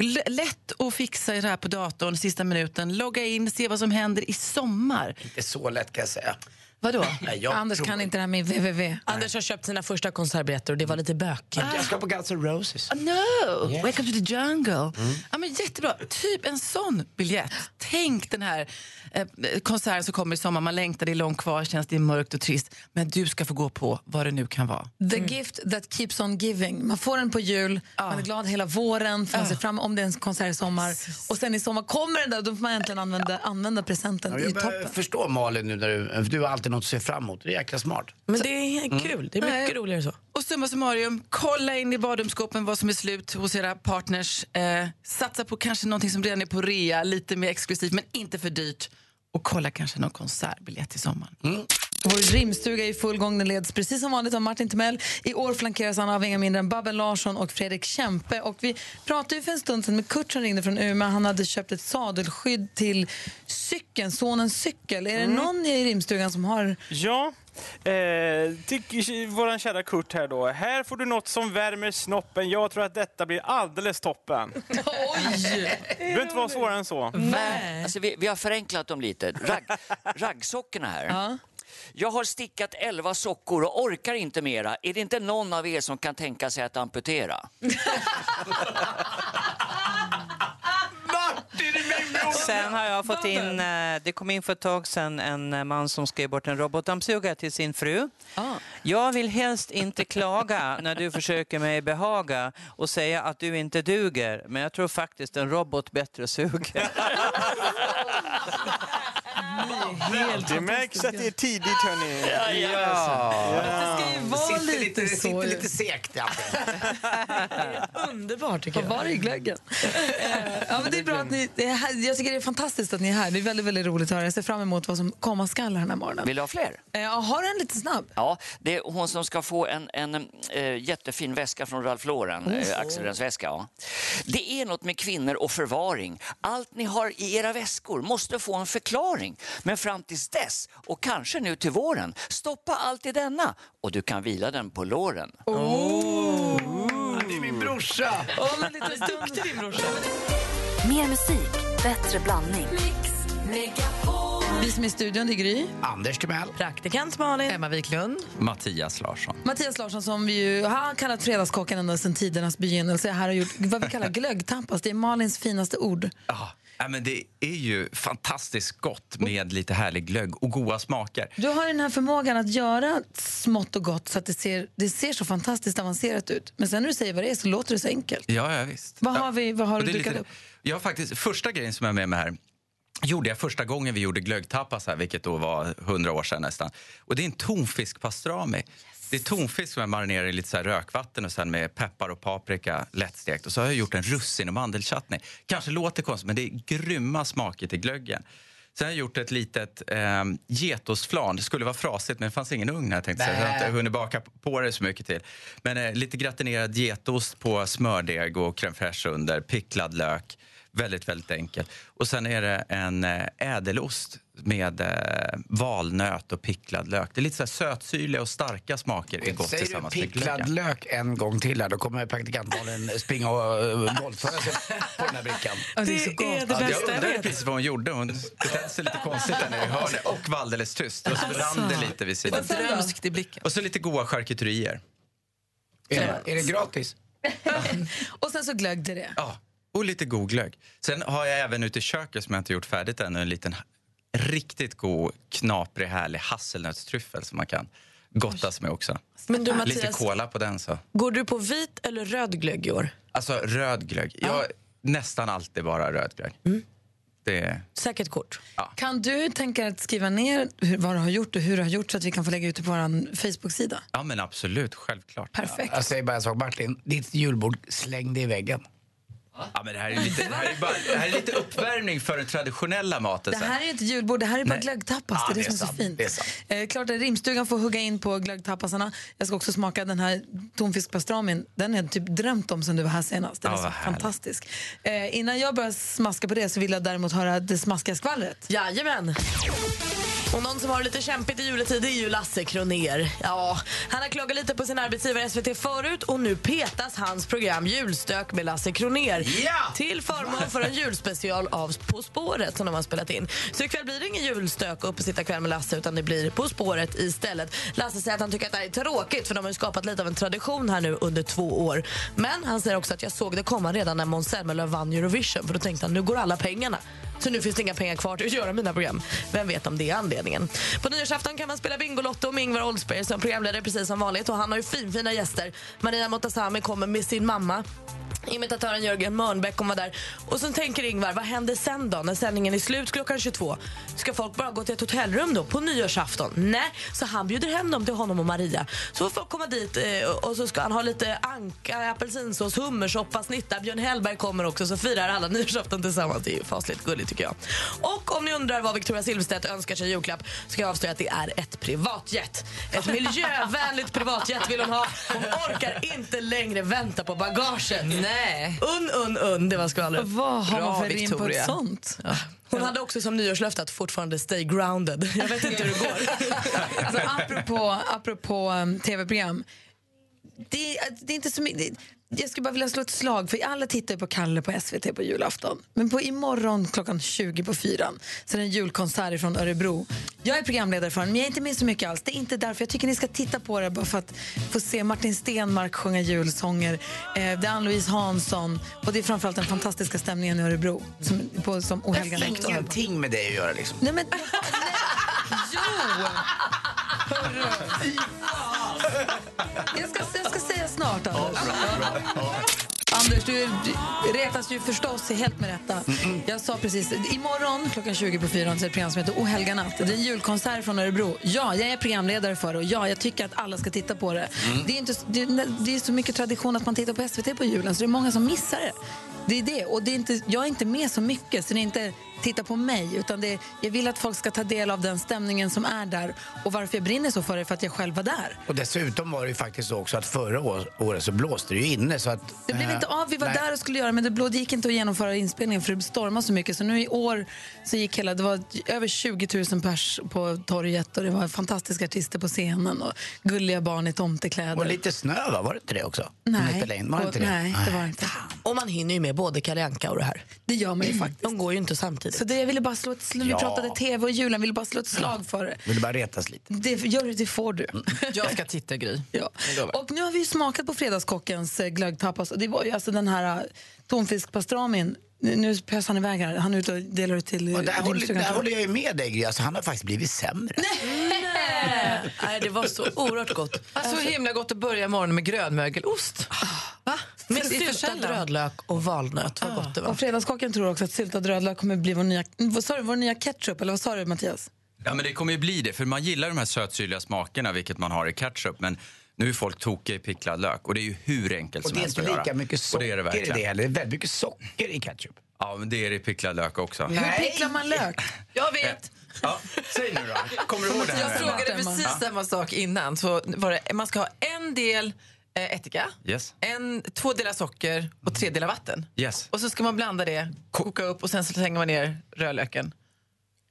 L: L- lätt att fixa i det här på datorn sista minuten. Logga in, se vad som händer i sommar.
C: Inte så lätt kan jag säga.
L: Vadå?
C: Nej, jag
B: Anders
C: tror-
B: kan inte det här med www.
D: Anders har köpt sina första konsertbiljetter och det var lite bökigt.
C: Jag ska på Guns N' Roses.
L: Oh, no! Welcome to the jungle.
C: Mm.
L: Ja, men jättebra. Typ en sån biljett. Tänk den här eh, konserten som kommer i sommar. Man längtar, det är långt kvar, känns det är mörkt och trist. Men du ska få gå på vad det nu kan vara.
B: The
C: Mm.
B: gift that keeps on giving. Man får den på jul, man är glad hela våren, för man ser fram om det är en konsert i sommar. Och sen i sommar kommer den där, då får man äntligen använda, använda presenten
C: Ja,
B: i
C: Jag börjar
B: toppen.
C: förstå Malin nu när du, du har alltid något att se fram emot. Det är jäkla smart.
D: Men det är kul. Det är mycket
L: Mm. Nej.
D: roligare så.
L: Och summa summarum, kolla in i badrumsskåpen vad som är slut hos era partners. Eh, satsa på kanske någonting som redan är på rea, lite mer exklusivt men inte för dyrt. Och kolla kanske någon konsertbiljett i sommar.
C: Mm.
B: Vår rimstuga är i full gång. Den leds precis som vanligt av Martin Timell. I år flankeras han av inga mindre än Babben Larsson och Fredrik Kempe. Och vi pratade ju för en stund sedan med Kurt som ringde från Umeå. Han hade köpt ett sadelskydd till cykeln, sonens cykel. Är
C: Mm.
B: det någon i rimstugan som har...
G: Ja, eh, till vår kära Kurt här då. Här får du något som värmer snoppen. Jag tror att detta blir alldeles toppen. Oj! Det behöver inte vara svårare än så.
H: Alltså, vi, vi har förenklat dem lite. Ragg, raggsockorna här. Jag har stickat 11 sockor och orkar inte mera. Är det inte någon av er som kan tänka sig att amputera?
K: Sen har jag fått in, eh, det kom in för ett tag sedan en eh, man som skrev bort en robotdammsugare till sin fru. Jag vill helst inte klaga när du försöker mig behaga och säga att du inte duger, men jag tror faktiskt en robot bättre suger.
G: Det märks att det är tidigt hörni.
J: Ja,
G: ja.
B: vara
C: sitter lite,
B: lite
C: det
B: så
C: sitter
B: ju.
C: lite sekt i allting.
D: Underbart tycker
B: Vad var det i glöggen? Eh, ja, men det är bra att ni, det är här, jag tycker det är fantastiskt att ni är här. Det är väldigt, väldigt roligt att höra. Jag ser fram emot vad som komma skall här den här morgonen.
H: Vill du ha fler?
B: Eh, har du en lite snabb?
H: Ja, det är hon som ska få en, en eh, jättefin väska från Ralph Lauren, eh, Axel Rens väska. Ja. Det är något med kvinnor och förvaring. Allt ni har i era väskor måste få en förklaring. Men fram tills dess, och kanske nu till våren, stoppa allt i denna och du kan vila den på låren.
C: Det är min brorsa.
B: Om en liten stund. Din brorsa.
A: Mer musik, bättre blandning.
B: Vi som är i studion, det är Gry.
C: Anders Timell.
D: Praktikant Malin.
B: Emma Wiklund.
M: Mattias Larsson.
B: Mattias Larsson som vi ju har kallat fredagskocken ända sedan tidernas begynnelse. Här har gjort vad vi kallar glöggtampas. Det är Malins finaste ord.
M: Ja, men det är ju fantastiskt gott med lite härlig glögg och goda smaker.
B: Du har den här förmågan att göra smått och gott så att det ser, det ser så fantastiskt avancerat ut. Men sen när du säger vad det är så låter det så enkelt.
M: Ja, ja visst.
B: Vad
M: ja.
B: har, vi, vad har
M: Och
B: du
M: det är
B: dukat
M: lite-
B: upp?
M: Jag har faktiskt, första grejen som jag har med mig här gjorde jag första gången vi gjorde glöggtapas här, vilket då var hundra år sedan nästan. Och det är en tonfiskpastrami. Det är tonfisk som jag marinerar i lite så här rökvatten och sen med peppar och paprika lättstekt. Och så har jag gjort en russin och mandelchutney. Kanske låter konstigt, men det är grymma smaker till glöggen. Sen har jag gjort ett litet eh, getostflan. Det skulle vara frasigt, men det fanns ingen ugn här. Tänkte jag. säga. Så jag har inte hunnit baka på det så mycket till. Men eh, lite gratinerad getost på smördeg och crème fraîche under. Picklad lök. Väldigt, väldigt enkelt. Och sen är det en eh, ädelost med eh, valnöt och picklad lök. Det är lite så här sötsyrliga och starka smaker. Är gott
C: Säger du
M: tillsammans med
C: picklad
M: glöggen.
C: lök en gång till här, då kommer praktikant Malin springa och uh, våldföra sig på den här brickan.
M: Det
C: Ja, det
M: jag
C: undrar
M: undrade precis vad hon gjorde. Hon betedde sig lite konstigt där nere i hörnet och var alldeles tyst. Och så brann det lite vid sidan.
L: Drömskt i blicken.
M: Och så lite goda charkuterier.
C: Är, är det gratis?
B: Och sen så glögg till det.
M: Ja, och lite god glögg. Sen har jag även ute i köket som jag inte gjort färdigt ännu en liten riktigt god, knaprig, härlig hasselnötstryffel som man kan gottas med också.
D: Men du, Mattias-
M: lite kola på den så.
D: Går du på vit eller röd glögg i år?
M: Alltså röd glögg. Jag, nästan alltid bara rödbjörn. Det,
D: Säkert kort.
B: Kan du tänka dig att skriva ner hur, vad du har gjort och hur du har gjort så att vi kan få lägga ut det på vår Facebook-sida?
M: ja, men absolut. Självklart.
B: Perfekt.
C: Jag säger bara en sak, Martin. Ditt julbord, släng det i väggen.
M: Ja, men det, här är lite, det, här är bara, det här är lite uppvärmning för den traditionella maten.
B: Det
M: sen.
B: här är inte julbord, det här är bara
M: Nej.
B: glöggtapas. det är
M: Ja,
B: det,
M: det är
B: som är så
M: sant,
B: fint.
M: det är sant.
B: Eh, klart att rimstugan får hugga in på glöggtapasarna. Jag ska också smaka den här tonfiskpastramin. Den har jag typ drömt om sen du var här senast. Den
M: Ja,
B: är så
M: vad härligt.
B: fantastisk. Eh, innan jag börjar smaska på det så vill jag däremot höra det smaskiga skvallret.
D: Jajamän. Och någon som har det lite kämpigt i juletid det är ju Lasse Kroner. Ja, han har klagat lite på sin arbetsgivare SVT förut och nu petas hans program Julstök med Lasse Kroner
J: Ja!
D: till förmån för en julspecial av På spåret som de har spelat in. Så ikväll blir det ingen julstök och kväll med Lasse utan det blir På spåret istället. Lasse säger att han tycker att det här är tråkigt för de har ju skapat lite av en tradition här nu under två år. Men han säger också att jag såg det komma redan när Måns Zelmerlöw vann Eurovision för då tänkte han nu går alla pengarna. Så nu finns det inga pengar kvar till att göra mina program. Vem vet om det är anledningen. På nyårsafton kan man spela Bingolotto med Ingvar Oldsberg som programledare precis som vanligt och han har ju finfina gäster. Maria Montazami kommer med sin mamma. Imitatören Jörgen Mörnbäck kommer vara där. Och sen tänker Ingvar, vad händer sen då? När sändningen är slut klockan 22? Ska folk bara gå till ett hotellrum då på nyårsafton? Nej, så han bjuder hem dem till honom och Maria. Så får folk komma dit eh, och så ska han ha lite anka, apelsinsås, hummersoppa, snittar. Björn Hellberg kommer också så firar alla nyårsafton tillsammans. Det är ju fasligt gulligt tycker jag. Och om ni undrar vad Victoria Silvstedt önskar sig i julklapp ska jag avslöja att det är ett privatjet. Ett miljövänligt privatjet vill hon ha. Hon orkar inte längre vänta på bagaget.
J: Nej.
D: Un, un, un, det var skvallret.
B: Vad har man för rim på ett sånt?
D: Hon hade också som nyårslöfte att fortfarande stay grounded. Jag vet inte hur det går.
B: Alltså, apropå apropå um, tv-program. Det, är- det är inte så mycket... Jag skulle bara vilja slå ett slag, för alla tittar ju på Kalle på SVT på julafton. Men på imorgon klockan 20 på fyran så är det en julkonsert från Örebro. Jag är programledare för den, men jag är inte med så mycket alls. Det är inte därför. Jag tycker ni ska titta på det bara för att få se Martin Stenmark sjunga julsånger. Eh, det är Ann-Louise Hansson och det är framförallt den fantastiska stämningen i Örebro som, på, som ohelga
C: Det har
B: näkterna.
C: ingenting med dig att göra liksom.
B: Nej, men... Jo! Jag ska, jag ska säga snart, Anders. Anders, du, du retas ju förstås helt med detta. Jag sa precis, imorgon klockan 20 på fyran så är det ett program som heter O helga natt. Det är en julkonsert från Örebro. Ja, jag är programledare för det och ja, jag tycker att alla ska titta på det.
J: Mm.
B: Det, är inte, det, är- det är så mycket tradition att man tittar på SVT på julen så det är många som missar det. Det är det. Och det är inte, jag är inte med så mycket så det är inte titta på mig utan det är, jag vill att folk ska ta del av den stämningen som är där och varför jag brinner så för det är för att jag själv var där.
C: Och dessutom var det ju faktiskt så också att förra år- året så blåste det ju inne så att...
B: Det blev
C: eh,
B: inte av. Vi var
C: nej.
B: där och skulle göra men det blå- det gick inte att genomföra inspelningen för det stormade så mycket. Så nu i år så gick hela, det var över 20 000 pers på torget och det var fantastiska artister på scenen och gulliga barn i tomtekläder.
C: Och lite snö va? Var det inte det också?
B: Nej,
C: Lite längre. Var det inte det?
B: nej, det var det inte.
D: Och man hinner ju med både Kalle Anka och det här. Mm.
B: Det gör man ju faktiskt.
D: De går ju inte samtidigt.
B: Så det jag ville bara slå ett slag,
C: Ja.
B: vi pratade tv och julen, jag ville bara slå ett slag för det.
C: Vill du bara retas lite?
B: Det, gör, du, det får du.
L: Jag ska titta, Gry.
B: Ja. Och nu har vi ju smakat på fredagskockens eh, glöggtapas. Och det var ju alltså den här eh, tonfiskpastramin. Nu- Nu pös han iväg här. Han är ute och delar ut till... eh,
C: Och där håller,
B: rimstugan, tror
C: där
B: jag.
C: håller jag ju med dig Gry. Alltså, han har faktiskt blivit sämre.
D: Nej. Nej, det var så oerhört gott.
L: Alltså,
D: Ah,
L: Så himla gott att börja morgonen med grönmögelost.
D: Med
L: Finns det i
D: syltad
L: försäljaren?
D: rödlök och valnöt. Vad gott det var.
B: Och Fredagskocken tror också att syltad rödlök kommer bli vår nya, vad sa du, vår nya ketchup, eller vad sa du Mattias?
M: Ja, men det kommer ju bli det, för man gillar de här sötsyrliga smakerna, vilket man har i ketchup, men nu är folk tokiga i picklad lök och det är ju hur enkelt
C: Och
M: som
C: det är
M: helst
C: inte
M: att göra.
C: lika mycket
M: och det
C: socker
M: är det
C: i det
M: verkligen.
C: heller. Det är väldigt mycket socker i ketchup.
M: Ja, men det är det i picklad lök också. Eh,
L: Nej.
B: Picklar man lök?
L: Jag vet.
M: Ja, säg nu då. Kommer du ihåg det här?
L: Jag
M: med?
L: frågade precis
M: Ja.
L: samma sak innan. Så var det, man ska ha en del eh, ättika,
M: Yes.
L: en, två delar socker och tre delar vatten.
M: Yes.
L: Och så ska man blanda det, koka upp och sen så slänger man ner rödlöken.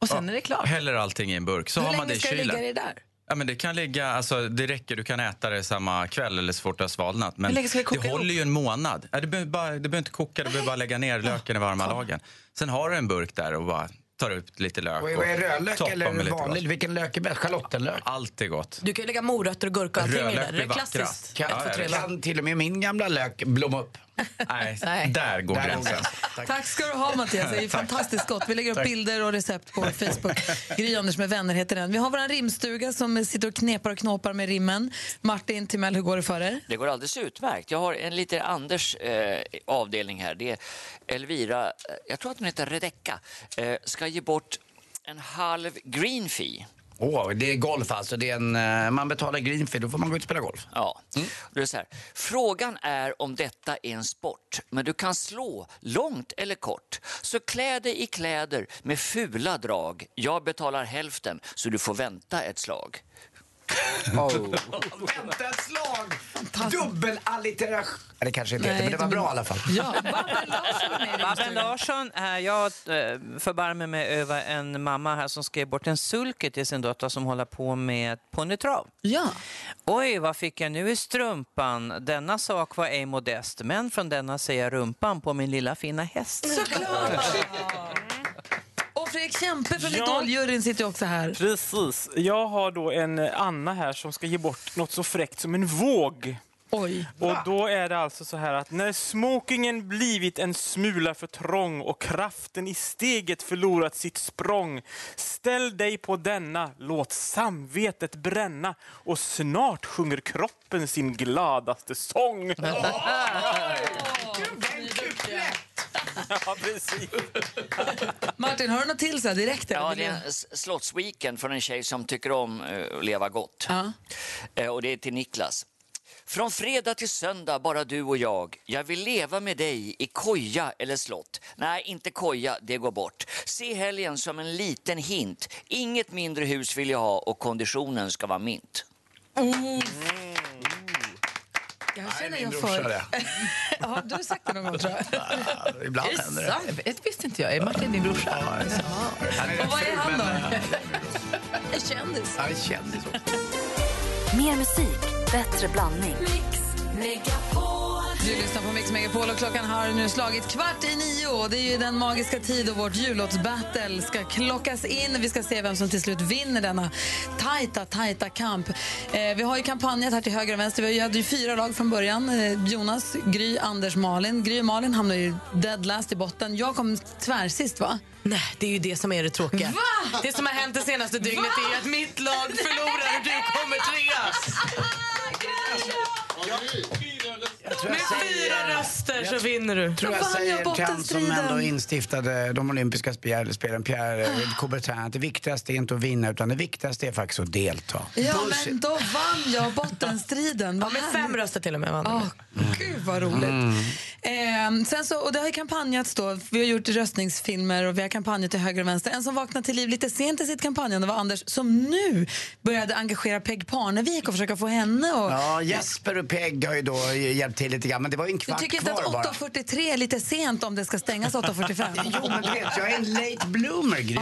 L: Och sen är det klart.
M: Häller allting i en burk, så
L: Hur
M: har man
L: länge
M: det i
L: ska det
M: kylen.
L: ligga i det där?
M: Ja, men det kan ligga, alltså, det räcker, du kan äta det samma kväll eller så fort det har svalnat.
L: Hur
M: Men
L: länge ska det koka
M: håller ju en månad. Ja, det, behöver bara, det behöver inte koka, du behöver bara lägga ner löken i varma lagen. Sen har du en burk där och bara tar upp lite lök.
C: Och vad är rödlök
M: toppar med
C: eller
M: lite
C: vanlig?
M: gott.
C: Vilken lök är bäst? Schalottenlök?
M: Allt är gott.
D: Du kan ju lägga morötter och gurka och allting i det.
M: Rödlök
D: där. Det
M: blir
D: är klassiskt.
M: vackrast. Ja,
C: Kan,
M: ja, ja.
C: kan till och med min gamla lök blomma upp.
P: Nej, där
B: Nej.
P: går
B: Där går
P: gränsen.
B: gränsen. Tack. ska du ha Mattias, det är ett
P: Tack.
B: fantastiskt gott. Vi lägger upp
P: Tack.
B: bilder och recept på vår Facebook. Gry Anders med vänner heter den. Vi har vår rimstuga som sitter och knepar och knåpar med rimmen. Martin Timell, hur går det för er?
H: Det går alldeles utmärkt. Jag har en lite Anders eh, avdelning här. Det är Elvira, eh, jag tror att hon heter Rebecca, eh, ska ge bort en halv green fee.
C: Åh, det är golf alltså. Det är en, eh, man betalar greenfee, då får man gå ut och spela golf.
H: Ja. Det är så här. Frågan är om detta är en sport, men du kan slå långt eller kort. Så klä dig i kläder med fula drag. Jag betalar hälften, så du får vänta ett slag.
C: Vänta ett slag! Dubbel alliteration. Det kanske inte heter, men det var bra i alla fall.
K: Babben Larsson, här, jag eh, förbarmar mig över en mamma här som skrev bort en sulke till sin dotter som håller på med ponnytrav.
B: Ja.
K: Oj, vad fick jag nu i strumpan? Denna sak var ej modest, men från denna ser jag rumpan på min lilla fina häst.
B: Och Fredrik Kempe från
G: Ja.
B: Idoljuryn sitter ju också här.
G: Precis. Jag har då en eh, Anna här som ska ge bort något så fräckt som en våg.
B: Oj.
G: Och då är det alltså så här att när smokingen blivit en smula för trång och kraften i steget förlorat sitt språng. Ställ dig på denna, låt samvetet bränna och snart sjunger kroppen sin gladaste sång. Ja, precis.
B: Martin, har du något till så här direkt? eller?
H: Ja, det är en s- slottsweekend från en tjej som tycker om eh, att leva gott. Eh, Och det är till Niklas. Från fredag till söndag bara du och jag. Jag vill leva med dig i koja eller slott. Nej, inte koja, det går bort. Se helgen som en liten hint. Inget mindre hus vill jag ha och konditionen ska vara mint.
B: Oh, Jag känner
C: min
B: jag
C: brorsa
B: för.
C: det.
B: Har du sagt det någon gång tror jag?
C: Ibland
B: Är det
C: händer
B: sant?
C: det.
L: Det visste inte jag. Är Martin din brorsa?
B: Och vad är han då?
L: En kändis.
C: Ja, en kändis.
A: Mer musik, bättre blandning.
B: Du lyssnar på Mix Megapol och klockan har nu slagit kvart i nio. Och Det är ju den magiska tid då vårt jullåtsbattle ska klockas in. Vi ska se vem som till slut vinner denna tajta, tajta kamp. Eh, vi har ju kampanjat här till höger och vänster. Vi hade ju fyra lag från början. Eh, Jonas, Gry, Anders, Malin. Gry och Malin hamnar ju dead last i botten. Jag kom tvärsist, va?
D: Nej, det är ju det som är det tråkiga.
B: Va?
D: Det som har hänt det senaste dygnet är ju att mitt lag förlorar och du kommer trea.
C: Med
D: fyra röster så vinner du.
C: tror jag säger till han som ändå instiftade de olympiska spe- spelen,
D: Ah.
C: Pierre eh, Coubertin, att det viktigaste är inte att vinna utan det viktigaste är faktiskt att delta.
B: Mm. Ja, men då vann jag bottenstriden. Ja, med fem
D: röster till och med vann
B: Gud, vad roligt. Ehm, sen så, och det har ju kampanjats då. Vi har gjort röstningsfilmer och vi har kampanjat till höger och vänster. En som vaknade till liv lite sent i sitt kampanjande var Anders som nu började engagera Peg Parnevik och försöka få henne och...
C: Ja, Jesper och Peg har ju då hjälpt till lite grann, men det var ju en
B: Du
C: kvart
B: tycker inte
C: kvar
B: att
C: bara.
B: 8.43 är lite sent om det ska stängas 8.45?
C: Jo, men du vet, jag är en late bloomer, Gry.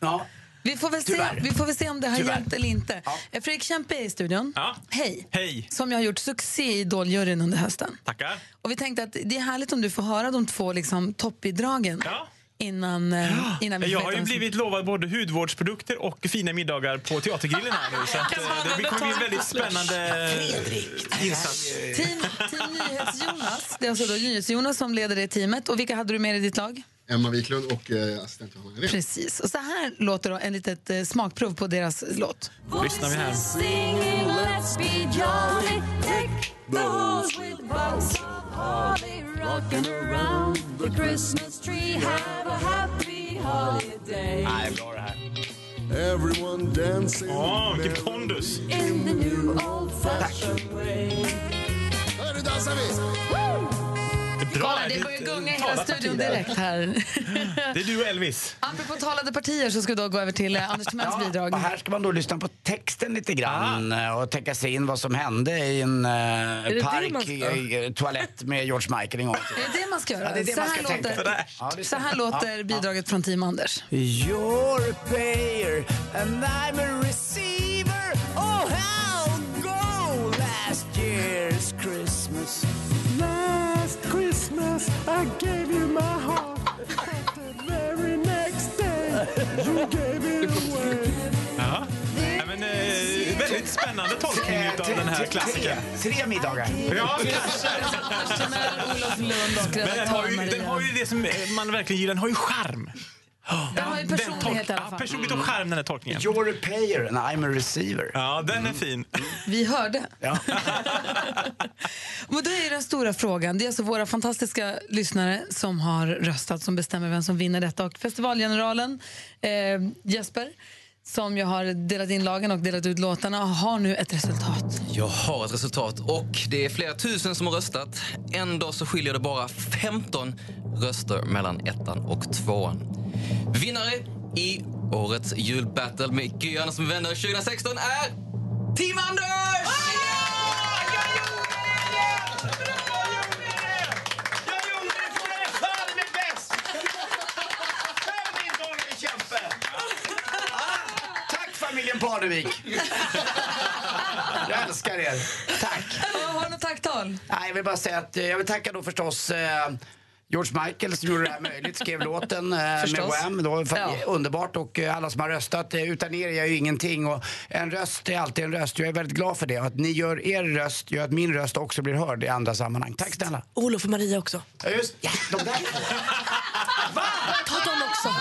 C: Ja.
B: Vi får, väl se,
C: Tyvärr.
B: vi får väl se om det har
C: Tyvärr.
B: hjälpt eller inte. Eh, Fredrik Kempe är i studion. Hej!
M: Hej.
B: Som jag har gjort succé i Idoljuryn under hösten.
M: Tackar.
B: Och vi tänkte att det är härligt om du får höra de två liksom, toppbidragen innan, eh, innan vi
M: Jag
B: får veta
M: har
B: vem
M: ju
B: som-
M: blivit lovad både hudvårdsprodukter och fina middagar på Teatergrillen här nu. Så att, eh, det kommer bli en väldigt spännande insats.
B: Team, team Nyhets-Jonas, det är alltså då Nyhets-Jonas som leder det teamet. Och vilka hade du med i ditt lag?
Q: Emma Wiklund och eh, assistent Johanna Helén.
B: Precis. Och så här låter då en litet eh, smakprov på deras låt.
Q: Lyssnar vi här.
J: Singing, let's be jolly. Take those with bows of holly. Rocking around the Christmas tree. Have a happy holiday.
M: Nej, bra det här.
J: Everyone dancing.
M: Åh, vilken pondus!
J: In the new old fashioned way. Nu dansar vi!
B: Kolla, det börjar gunga i hela studion direkt här.
M: Det är du och Elvis.
B: Apropå talade partier så ska vi då gå över till eh, Anders Timells bidrag.
C: Och här ska man då lyssna på texten lite grann
M: Ah.
C: eh, och tänka sig in vad som hände i en eh,
B: det det man
C: park,
B: ska-
C: eh, toalett med George Michael en gång.
B: Är det det man ska göra?
C: Ja, det är det
B: så,
C: man
B: här
C: ska tänka.
B: låter,
C: Sådär. Ja, det är
B: så här
C: sant.
B: låter
C: Ja, ja.
B: bidraget från Team Anders.
C: You're a payer and I'm a receiver. Oh, how go last year's Christmas.
J: Last Christmas I gave you my heart. But the very next day you gave it away.
M: Ja. Nej, men, eh, väldigt
G: Spännande tolkning
C: Eh,
G: av
C: tre-
G: den här
C: tre-
G: klassikern.
C: Tre, tre middagar.
G: Ja, kanske.
B: Olof Lund och
G: Men den har,
B: redaktör
G: ju, den har
B: Maria.
G: ju det som eh, man verkligen gillar, den har ju charm.
B: Den har ju personlighet i alla
G: Ja,
B: fall.
G: personligt
C: Mm.
G: och charm den här tolkningen.
C: You're a payer and I'm a receiver.
G: Ja, den är fin.
B: Vi hörde.
C: Ja.
B: Men då är den stora frågan, det är alltså våra fantastiska lyssnare som har röstat som bestämmer vem som vinner detta. Och festivalgeneralen eh, Jesper, som jag har delat in lagen och delat ut låtarna, har nu ett resultat.
R: Jag har ett resultat och det är flera tusen som har röstat. Ändå så skiljer det bara 15 röster mellan ettan och tvåan. Vinnare i årets julbattle med Gyan som vänner 2016 är Team Anders!
C: Tack familjen Parnevik. Jag älskar er. Tack.
B: Har du något tacktal?
C: Nej, jag vill bara säga att eh, jag vill tacka då förstås eh, George Michael som gjorde det här möjligt, skrev låten eh, med
B: Förstås.
C: Wham. Då, fan,
B: Ja.
C: Underbart och eh, alla som har röstat. eh, Utan er är jag ju ingenting och en röst är alltid en röst. Jag är väldigt glad för det. Och Att ni gör er röst gör att min röst också blir hörd i andra sammanhang. Tack snälla.
D: Olof och Maria också.
C: Ja, just ja, de där. Va?
D: Ta dem också.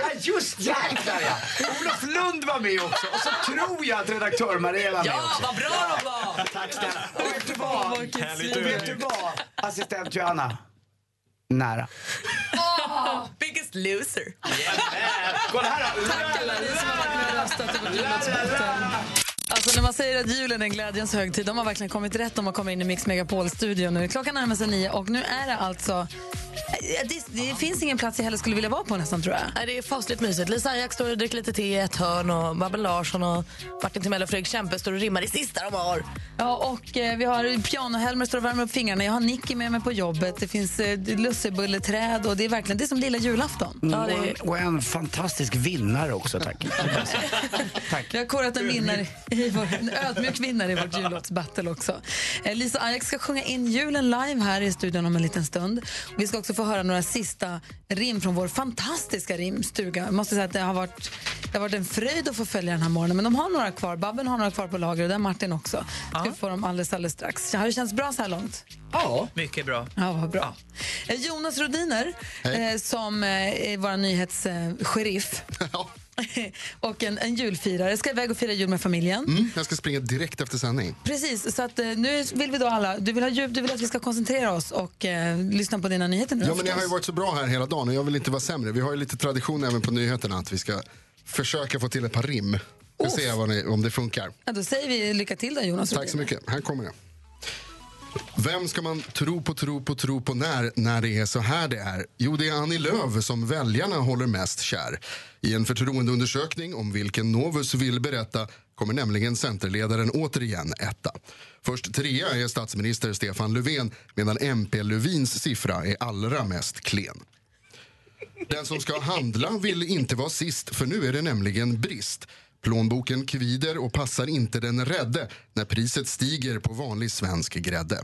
C: Ja, just jäklar ja. Olof Lund var med också. Och så tror jag att redaktör Maria var med
J: Ja,
C: också.
J: vad bra de var!
C: Tack snälla. Och vet du vad?
J: Härligt
C: Och vet du vad? Assistent Johanna. Nära.
D: Biggest loser.
C: Kolla här då.
B: Tack alla ni som har varit med och röstat i vårt julafton. Alltså när man säger att julen är glädjens högtid, de har verkligen kommit rätt om man kommer in i Mix Megapol-studion nu. Klockan närmar sig nio och nu är det alltså... Det, det finns ingen plats jag heller skulle vilja vara på nästan tror jag.
D: Nej, det är fasligt mysigt. Lisa Ajax står och dricker lite te i ett hörn och Babben Larsson och Martin Timell och Fredrik Kempe står och rimmar det sista de har.
B: Ja, och eh, vi har pianohelmer står och värmer upp fingrarna. Jag har Nicky med mig på jobbet. Det finns eh, lussebulleträd och det är verkligen det är som lilla julafton.
C: Mm,
B: Mm.
C: Och en- Och en fantastisk vinnare också, tack.
B: Vi har korat en, vinnare i vår, en ödmjuk vinnare i vårt jullåtsbattle också. Eh, Lisa Ajax ska sjunga in julen live här i studion om en liten stund. Vi ska också få höra några sista rim från vår fantastiska rimstuga. Jag måste säga att det har varit, det har varit en fröjd att få följa den här morgonen. Men de har några kvar. Babben har några kvar på lager och där Martin också. Ska vi få dem alldeles, alldeles strax. Har det känts bra så här långt?
R: Ja. Mycket bra.
B: Ja, vad bra. Eh, Jonas Rodiner, eh, som eh, är vår nyhetssheriff eh, sheriff. och en, en julfirare, ska iväg och fira jul med familjen.
Q: Mm, jag ska springa direkt efter sändning.
B: Precis, så att, eh, nu vill vi då alla, du vill ha jul, du vill att vi ska koncentrera oss och eh, lyssna på dina nyheter nu
Q: Ja,
B: då,
Q: men ni har ju
B: förstås.
Q: varit så bra här hela dagen och jag vill inte vara sämre. Vi har ju lite tradition även på nyheterna att vi ska försöka få till ett par rim. Vi ska se vad ni, om det funkar.
B: ja, då säger vi lycka till då Jonas
Q: Tack så mycket. Här kommer det. Vem ska man tro på, tro på, tro på när, när det är så här det är? Jo, det är Annie Lööf som väljarna håller mest kär. I en förtroendeundersökning om vilken Novus vill berätta kommer nämligen centerledaren återigen etta. Först trea är statsminister Stefan Löfven medan MP Lövins siffra är allra mest klen. Den som ska handla vill inte vara sist, för nu är det nämligen brist. Plånboken kvider och passar inte den rädde när priset stiger på vanlig svensk grädde.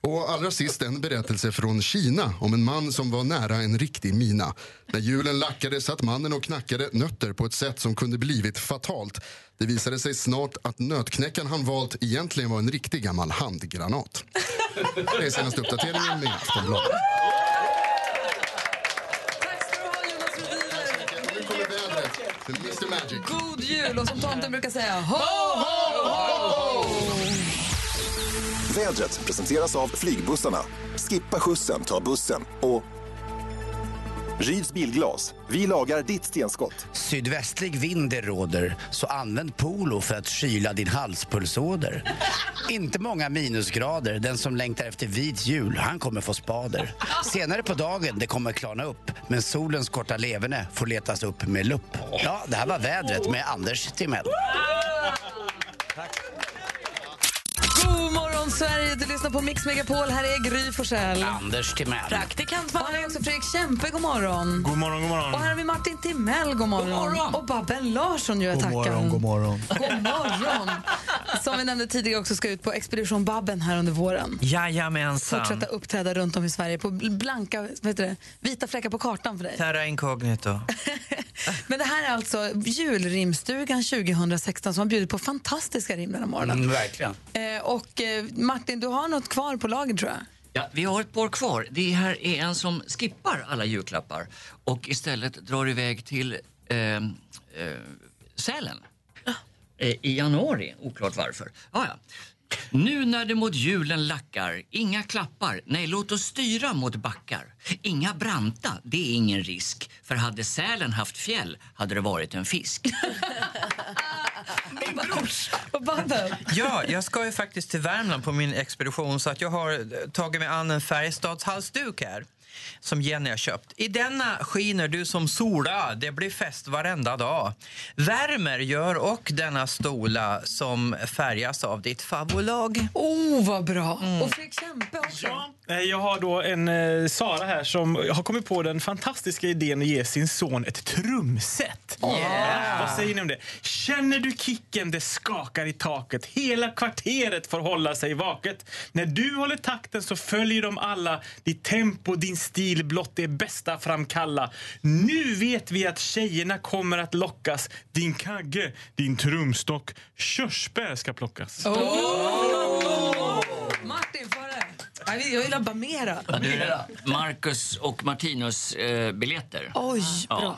Q: Och allra sist en berättelse från Kina om en man som var nära en riktig mina. När hjulen lackade satt mannen och knackade nötter på ett sätt som kunde blivit fatalt. Det visade sig snart att nötknäckaren han valt egentligen var en riktig gammal handgranat. Det är senaste uppdateringen med Aftonbladet. Till Mr Magic.
B: God jul och som tomten brukar säga, ho, ho, ho!
F: Vädret presenteras av Flygbussarna. Skippa skjutsen, ta bussen och Ryds bilglas. Vi lagar ditt stenskott.
C: Sydvästlig vind det råder, så använd polo för att kyla din halspulsåder. Inte många minusgrader, den som längtar efter vit jul, han kommer få spader. Senare på dagen, det kommer klarna upp, men solens korta leverne får letas upp med lupp. Ja, det här var vädret med Anders Timell.
B: God morgon Sverige, du lyssnar på Mix Megapol, här är Gry Forssell.
C: Anders Timell.
B: Praktikant Och här är också Fredrik Kämpe, god morgon.
G: God morgon, god
B: Och här
G: morgon.
B: har vi Martin Timell, god morgon. Och Babben Larsson, ju jag tackar.
S: morgon.
B: God morgon. Som vi nämnde tidigare också ska ut på Expedition Babben här under våren.
K: Jajamensan.
B: Fortsätta uppträda runt om i Sverige på blanka, vad heter det, vita fläckar på kartan för dig.
K: Terra incognito.
B: Men det här är alltså julrimstugan 2016 som har bjudit på fantastiska rim den här morgonen.
C: Mm, verkligen.
B: Eh, och eh, Martin, du har något kvar på lager tror jag.
H: Ja, vi har ett par kvar. Det här är en som skippar alla julklappar och istället drar iväg till eh, eh, Sälen eh, i januari. Oklart varför. Ah, ja. Nu när det mot julen lackar, inga klappar, nej låt oss styra mot backar. Inga branta, det är ingen risk, för hade Sälen haft fjäll hade det varit en fisk.
B: Min brors! Och Babben.
K: Ja, jag ska ju faktiskt till Värmland på min expedition så att jag har eh, tagit mig an en Färjestadshalsduk här som Jenny har köpt. I denna skiner du som sola, det blir fest varenda dag. Värmer gör och denna stola som färgas av ditt favolag.
B: Oh, vad bra! Och Fredrik Kempe också.
G: Eh, Jag har då en eh, Sara här som har kommit på den fantastiska idén att ge sin son ett trumset. Eh,
J: Yeah.
G: Vad säger ni om det? Känner du kicken? Det skakar i taket. Hela kvarteret får hålla sig vaket. När du håller takten så följer de alla. Ditt tempo, din stil, blott det bästa framkalla. Nu vet vi att tjejerna kommer att lockas. Din kagge, din trumstock, körsbär ska plockas.
B: Martin, får jag det? Jag vill- Jag vill labba mera.
H: Ja, det är Marcus och Martinus eh, biljetter.
B: Oj, bra.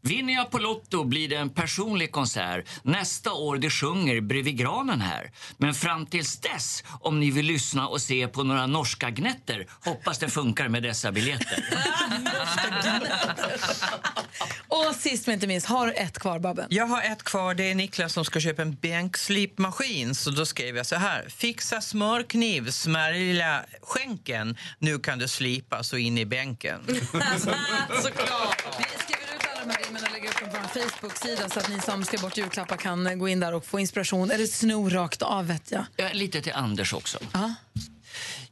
H: Vinner jag på Lotto blir det en personlig konsert. Nästa år det sjunger bredvid granen här. Men fram tills dess, om ni vill lyssna och se på några norska gnetter, hoppas det funkar med dessa biljetter.
B: Och sist men inte minst, har du ett kvar, Babben?
K: Jag har ett kvar. Det är Niklas som ska köpa en bänkslipmaskin. Så då skrev jag så här. Fixa smörkniv, smärja skänken. Nu kan du slipa så in i bänken.
B: Såklart! Vi skriver ut alla de här rimmen och lägger upp dem på vår Facebook-sida så att ni som ska bort julklappar kan eh, gå in där och få inspiration. Eller sno rakt av, vet jag.
H: Eh, Lite till Anders också.
B: Ja.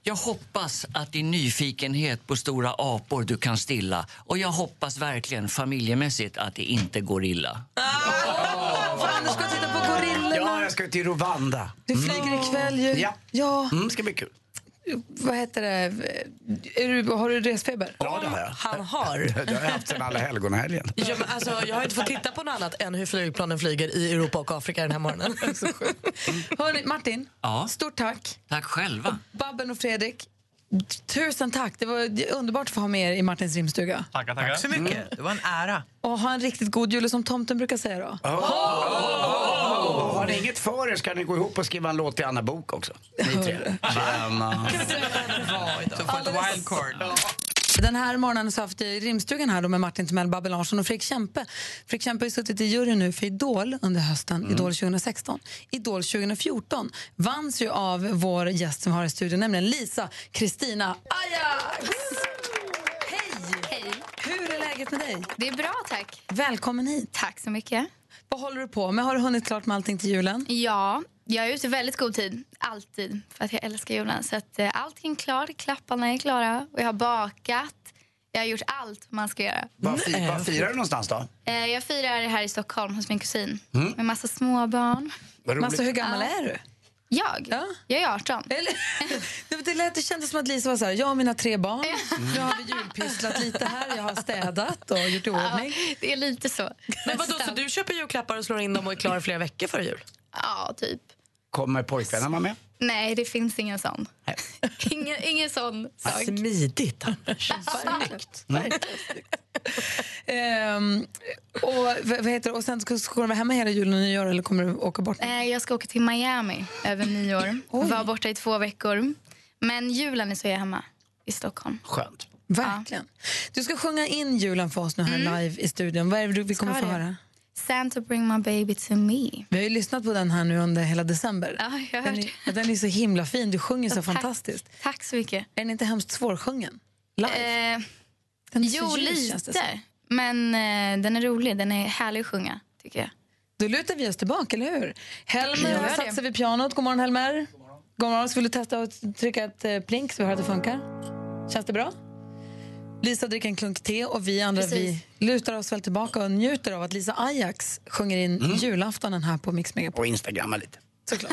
H: Jag hoppas att din nyfikenhet på stora apor du kan stilla och jag hoppas verkligen familjemässigt att det inte går illa.
B: För Anders ska titta på
C: Ja,
B: gorillorna.
C: jag ska till Rwanda.
B: Du flyger ikväll ju.
C: Ja.
B: ja.
C: Mm, ska bli kul.
B: Vad heter det? Är du, har du resfeber?
C: Ja, det har jag.
D: Han har.
C: Det har jag haft sedan alla helgon-helgen.
D: Ja, men alltså, jag har inte fått titta på något annat än hur flygplanen flyger i Europa och Afrika den här morgonen.
B: Hörni, Martin,
H: Ja.
B: stort tack.
H: Tack själva.
B: Babben och Fredrik, tusen tack. Det var underbart att få ha med er i Martins rimstuga.
K: Tackar, tackar. Tack så mycket. Det var en ära.
B: Och ha en riktigt god jul, och som tomten brukar säga då.
C: Och har ni inget för er ska ni gå ihop och skriva en låt till Anna Bok också. Ni tre. Tjena.
J: 哦
K: 哦 Wildcard.
B: Den här morgonen så har jag haft i rimstugan här då med Martin Timell, Babben Larsson och Fredrik Kempe. Fredrik Kempe har ju suttit i juryn nu för Idol under hösten, Idol 2016. Idol 2014 vanns ju av vår gäst som vi har i studion, nämligen Lisa Kristina Ajax! Hej!
T: Hej.
B: Hur är läget med dig?
T: Det är bra, tack.
B: Välkommen hit.
T: Tack så mycket.
B: Vad håller du på med? Har du hunnit klart med allting till julen?
T: Ja, jag är ute i väldigt god tid. Alltid. För att jag älskar julen. Så att eh, allting är klart, klapparna är klara och jag har bakat. Jag har gjort allt man ska göra.
C: Vad fi- vad firar du någonstans då?
T: Eh, Jag firar här i Stockholm hos min kusin
C: Mm.
T: med massa småbarn.
C: Vad roligt. Massa,
T: Alltså,
C: hur gammal
T: Ja.
C: är du?
T: Jag? Jag är 18.
B: Det, det, lät, det kändes som att Lisa var så här, jag och mina tre barn, nu har vi julpysslat lite här, jag har städat och gjort i ordning.
T: det är lite så.
D: Men vadå, så du köper julklappar och slår in dem och är klar flera veckor före jul?
T: Ja, typ.
C: Kommer pojkvännen vara med?
T: Nej, det finns ingen sån. Ingen, ingen sån sak.
D: Smidigt.
T: Snyggt.
B: Ehm, och, vad- vad heter det? och sen ska, ska du vara hemma hela julen och nyår eller kommer du åka bort?
T: Eh, Jag ska åka till Miami över nyår. Var borta i två veckor. Men julen är så jag är hemma i Stockholm.
C: Skönt.
B: Verkligen. Du ska sjunga in julen för oss nu här live i studion. Vad är det du vill komma
T: Mm. Ska
B: få
T: det?
B: höra?
T: Santa bring my baby to me.
B: Vi har ju lyssnat på den här nu under hela december.
T: Ja, jag har
B: den,
T: hört
B: är, ja, den är så himla fin. Du sjunger så
T: Ja, tack.
B: fantastiskt.
T: Tack så mycket.
B: Är den inte hemskt svårsjungen? Live?
T: Eh,
B: Den är så
T: jo,
B: ljus, känns det
T: lite.
B: som.
T: Men eh, den är rolig. Den är härlig att sjunga, tycker jag.
B: Då lutar vi oss tillbaka, eller hur? Helmer
T: Gör
B: har
T: det.
B: satt sig vid pianot. God morgon, Helmer. God morgon. Så vill du testa att trycka ett eh, plink så vi hör att det funkar? Känns det bra? Lisa dricker en klunk te och vi andra vi
L: Precis.
B: lutar oss väl tillbaka och njuter av att Lisa Ajax sjunger in
C: Mm.
B: julaftonen här på Mix Megapol.
C: Och instagramma lite.
B: Såklart.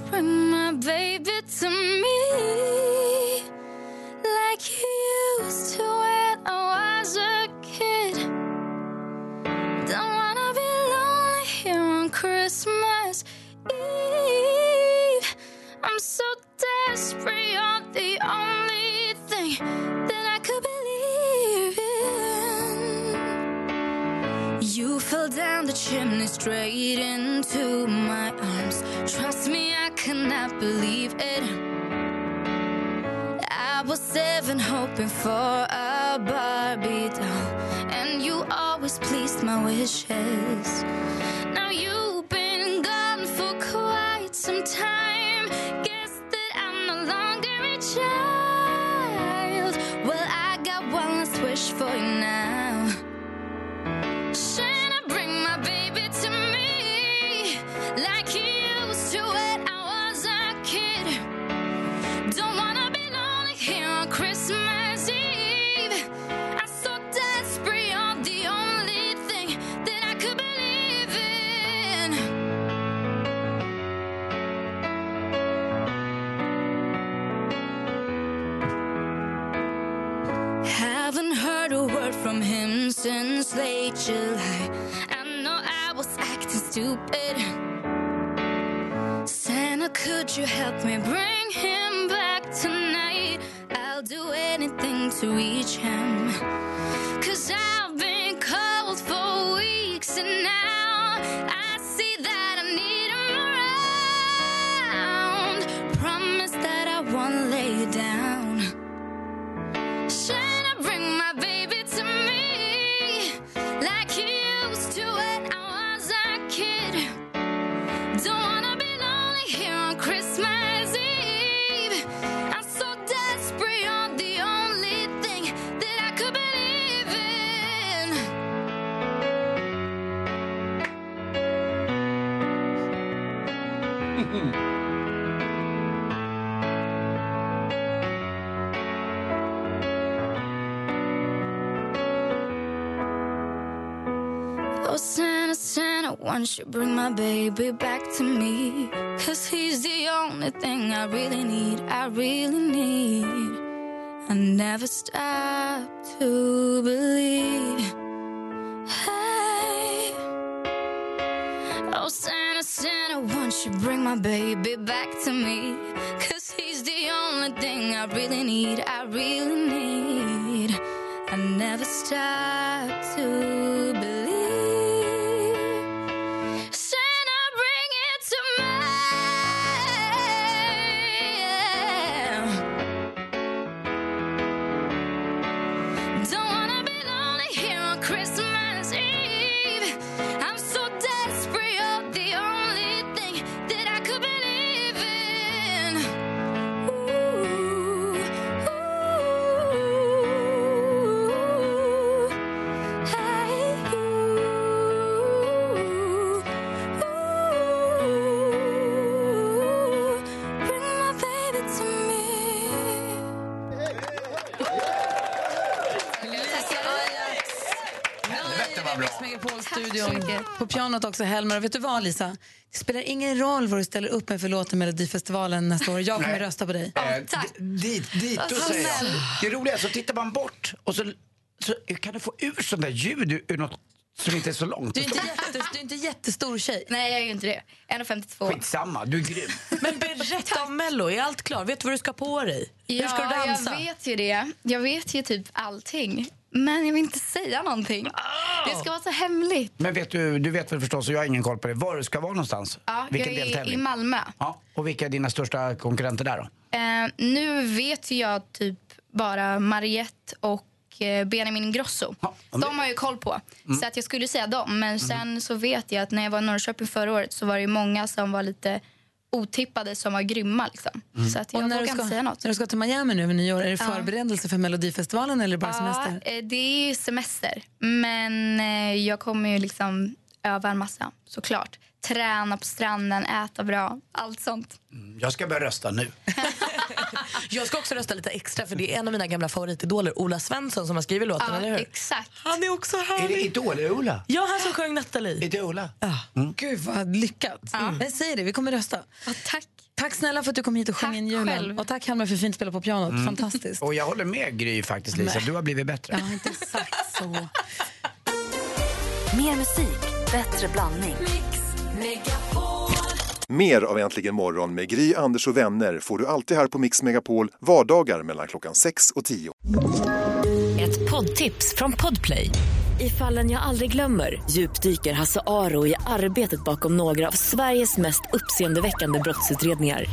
U: give it to me like you used to when I was a kid. Don't wanna be lonely here on Christmas Eve. I'm so desperate, you're the only thing that I could believe in. You fell down the chimney straight into my arms. Trust me, I cannot believe it. I was seven, hoping for a Barbie doll, and you always pleased my wishes. Now you've been gone for quite some time. Guess that I'm no longer a child. Well, I got one last wish for you now. Should I bring my baby to me like you used to when I was a kid? Don't wanna be lonely here on Christmas Eve. I'm so desperate, you're the only thing that I could believe in. Haven't heard a word from him since late July. I know I was acting stupid. Santa, could you help me bring him back tonight? I'll do anything to reach him. Cause I've been cold for weeks and now I see that I need him around. Promise that I won't lay down. Should I bring my baby to me like you used to when I was a kid? Don't wanna be lonely here on Christmas Eve. I'm so desperate, you're the only thing that I could believe in. Oh, Santa, Santa, won't you bring my baby back to me? Cause he's the only thing I really need, I really need. I never stop to believe. Hey. Oh, Santa, Santa, won't you bring my baby back to me? Cause he's the only thing I really need, I really need. I never stop to believe. Santa, bring it to me. Don't wanna be lonely here on Christmas Eve. I'm so desperate, you're the only thing that I could believe in. Bring my baby to me.
B: Helvete
J: vad bra.
B: Megapol-studion. På pianot också Helmer. Och Vet du vad Lisa? Det spelar ingen roll vad du ställer upp med för låt i Melodifestivalen nästa år. Jag kommer
C: Nej.
B: rösta på dig.
C: Eh, d- Dit, dit
B: Vad
C: du säger
B: snäll.
C: jag. Det roliga är så tittar man bort och så, så kan du få ur sånt där ljud ur, ur något som inte är så långt.
B: Du är inte, jätte, du är inte jättestor tjej.
T: Nej, jag är ju inte det. 1,52.
C: Skitsamma, du är grym.
D: Men berätta om Mello. Är allt klart? Vet du vad du ska på dig? Hur ska du
T: Ja,
D: dansa?
T: Jag vet ju det. Jag vet ju typ allting. Men jag vill inte säga någonting.
B: Ah!
T: Det ska vara så hemligt.
C: Men vet du, du vet väl förstås, och jag har ingen koll på det, var du ska vara någonstans?
T: Ja, jag
C: Vilken
T: är i
C: deltävling?
T: Malmö.
C: Ja, och vilka är dina största konkurrenter där då?
T: Eh, nu vet ju jag typ bara Mariette och eh, Benjamin Ingrosso. De har jag ju koll på.
E: Mm.
T: Så att jag skulle säga dem. Men sen så vet jag att när jag var i Norrköping förra året så var det ju många som var lite otippade som var grymma. Liksom. Så att jag
B: Och när,
T: vågar
B: du
T: inte
B: ska,
T: säga något.
B: när du ska till Miami nu över nyår, är det
T: Ja.
B: förberedelse för Melodifestivalen eller bara semester?
T: Ja, eh, det är ju semester. Men eh, jag kommer ju liksom öva en massa, såklart. Träna på stranden, äta bra, allt sånt.
C: Jag ska börja rösta nu.
D: Jag ska också rösta lite extra för det är en av mina gamla favoritidoler, Ola Svensson, som har skrivit låten, eller hur?
T: Exakt.
D: Han är också
C: Är det
D: härlig.
C: Idol-Ola?
D: Ja, han som sjöng Nathalie.
B: Mm.
C: Idol-Ola?
B: Gud vad lyckat. Jag säger det, vi kommer rösta.
T: Mm. tack.
B: Tack snälla för att du kom hit och sjöng in julen.
C: själv.
B: Och tack Helmer för fint spel på pianot.
C: Mm.
B: Fantastiskt.
C: Och jag håller med Gry faktiskt, Lisa.
B: Nej.
C: Du har blivit bättre.
B: Jag har inte sagt så.
A: Mer musik, bättre blandning.
F: Mer av Äntligen morgon med Gry, Anders och vänner får du alltid här på Mix Megapol vardagar mellan klockan 6 och 10.
V: Ett poddtips från Podplay. I fallen jag aldrig glömmer djupdyker Hasse Aro i arbetet bakom några av Sveriges mest uppseendeväckande brottsutredningar.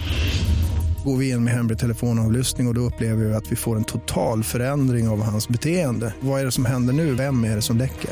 W: Går vi in med hemlig telefonavlyssning och, och då upplever vi att vi får en total förändring av hans beteende. Vad är det som händer nu? Vem är det som läcker?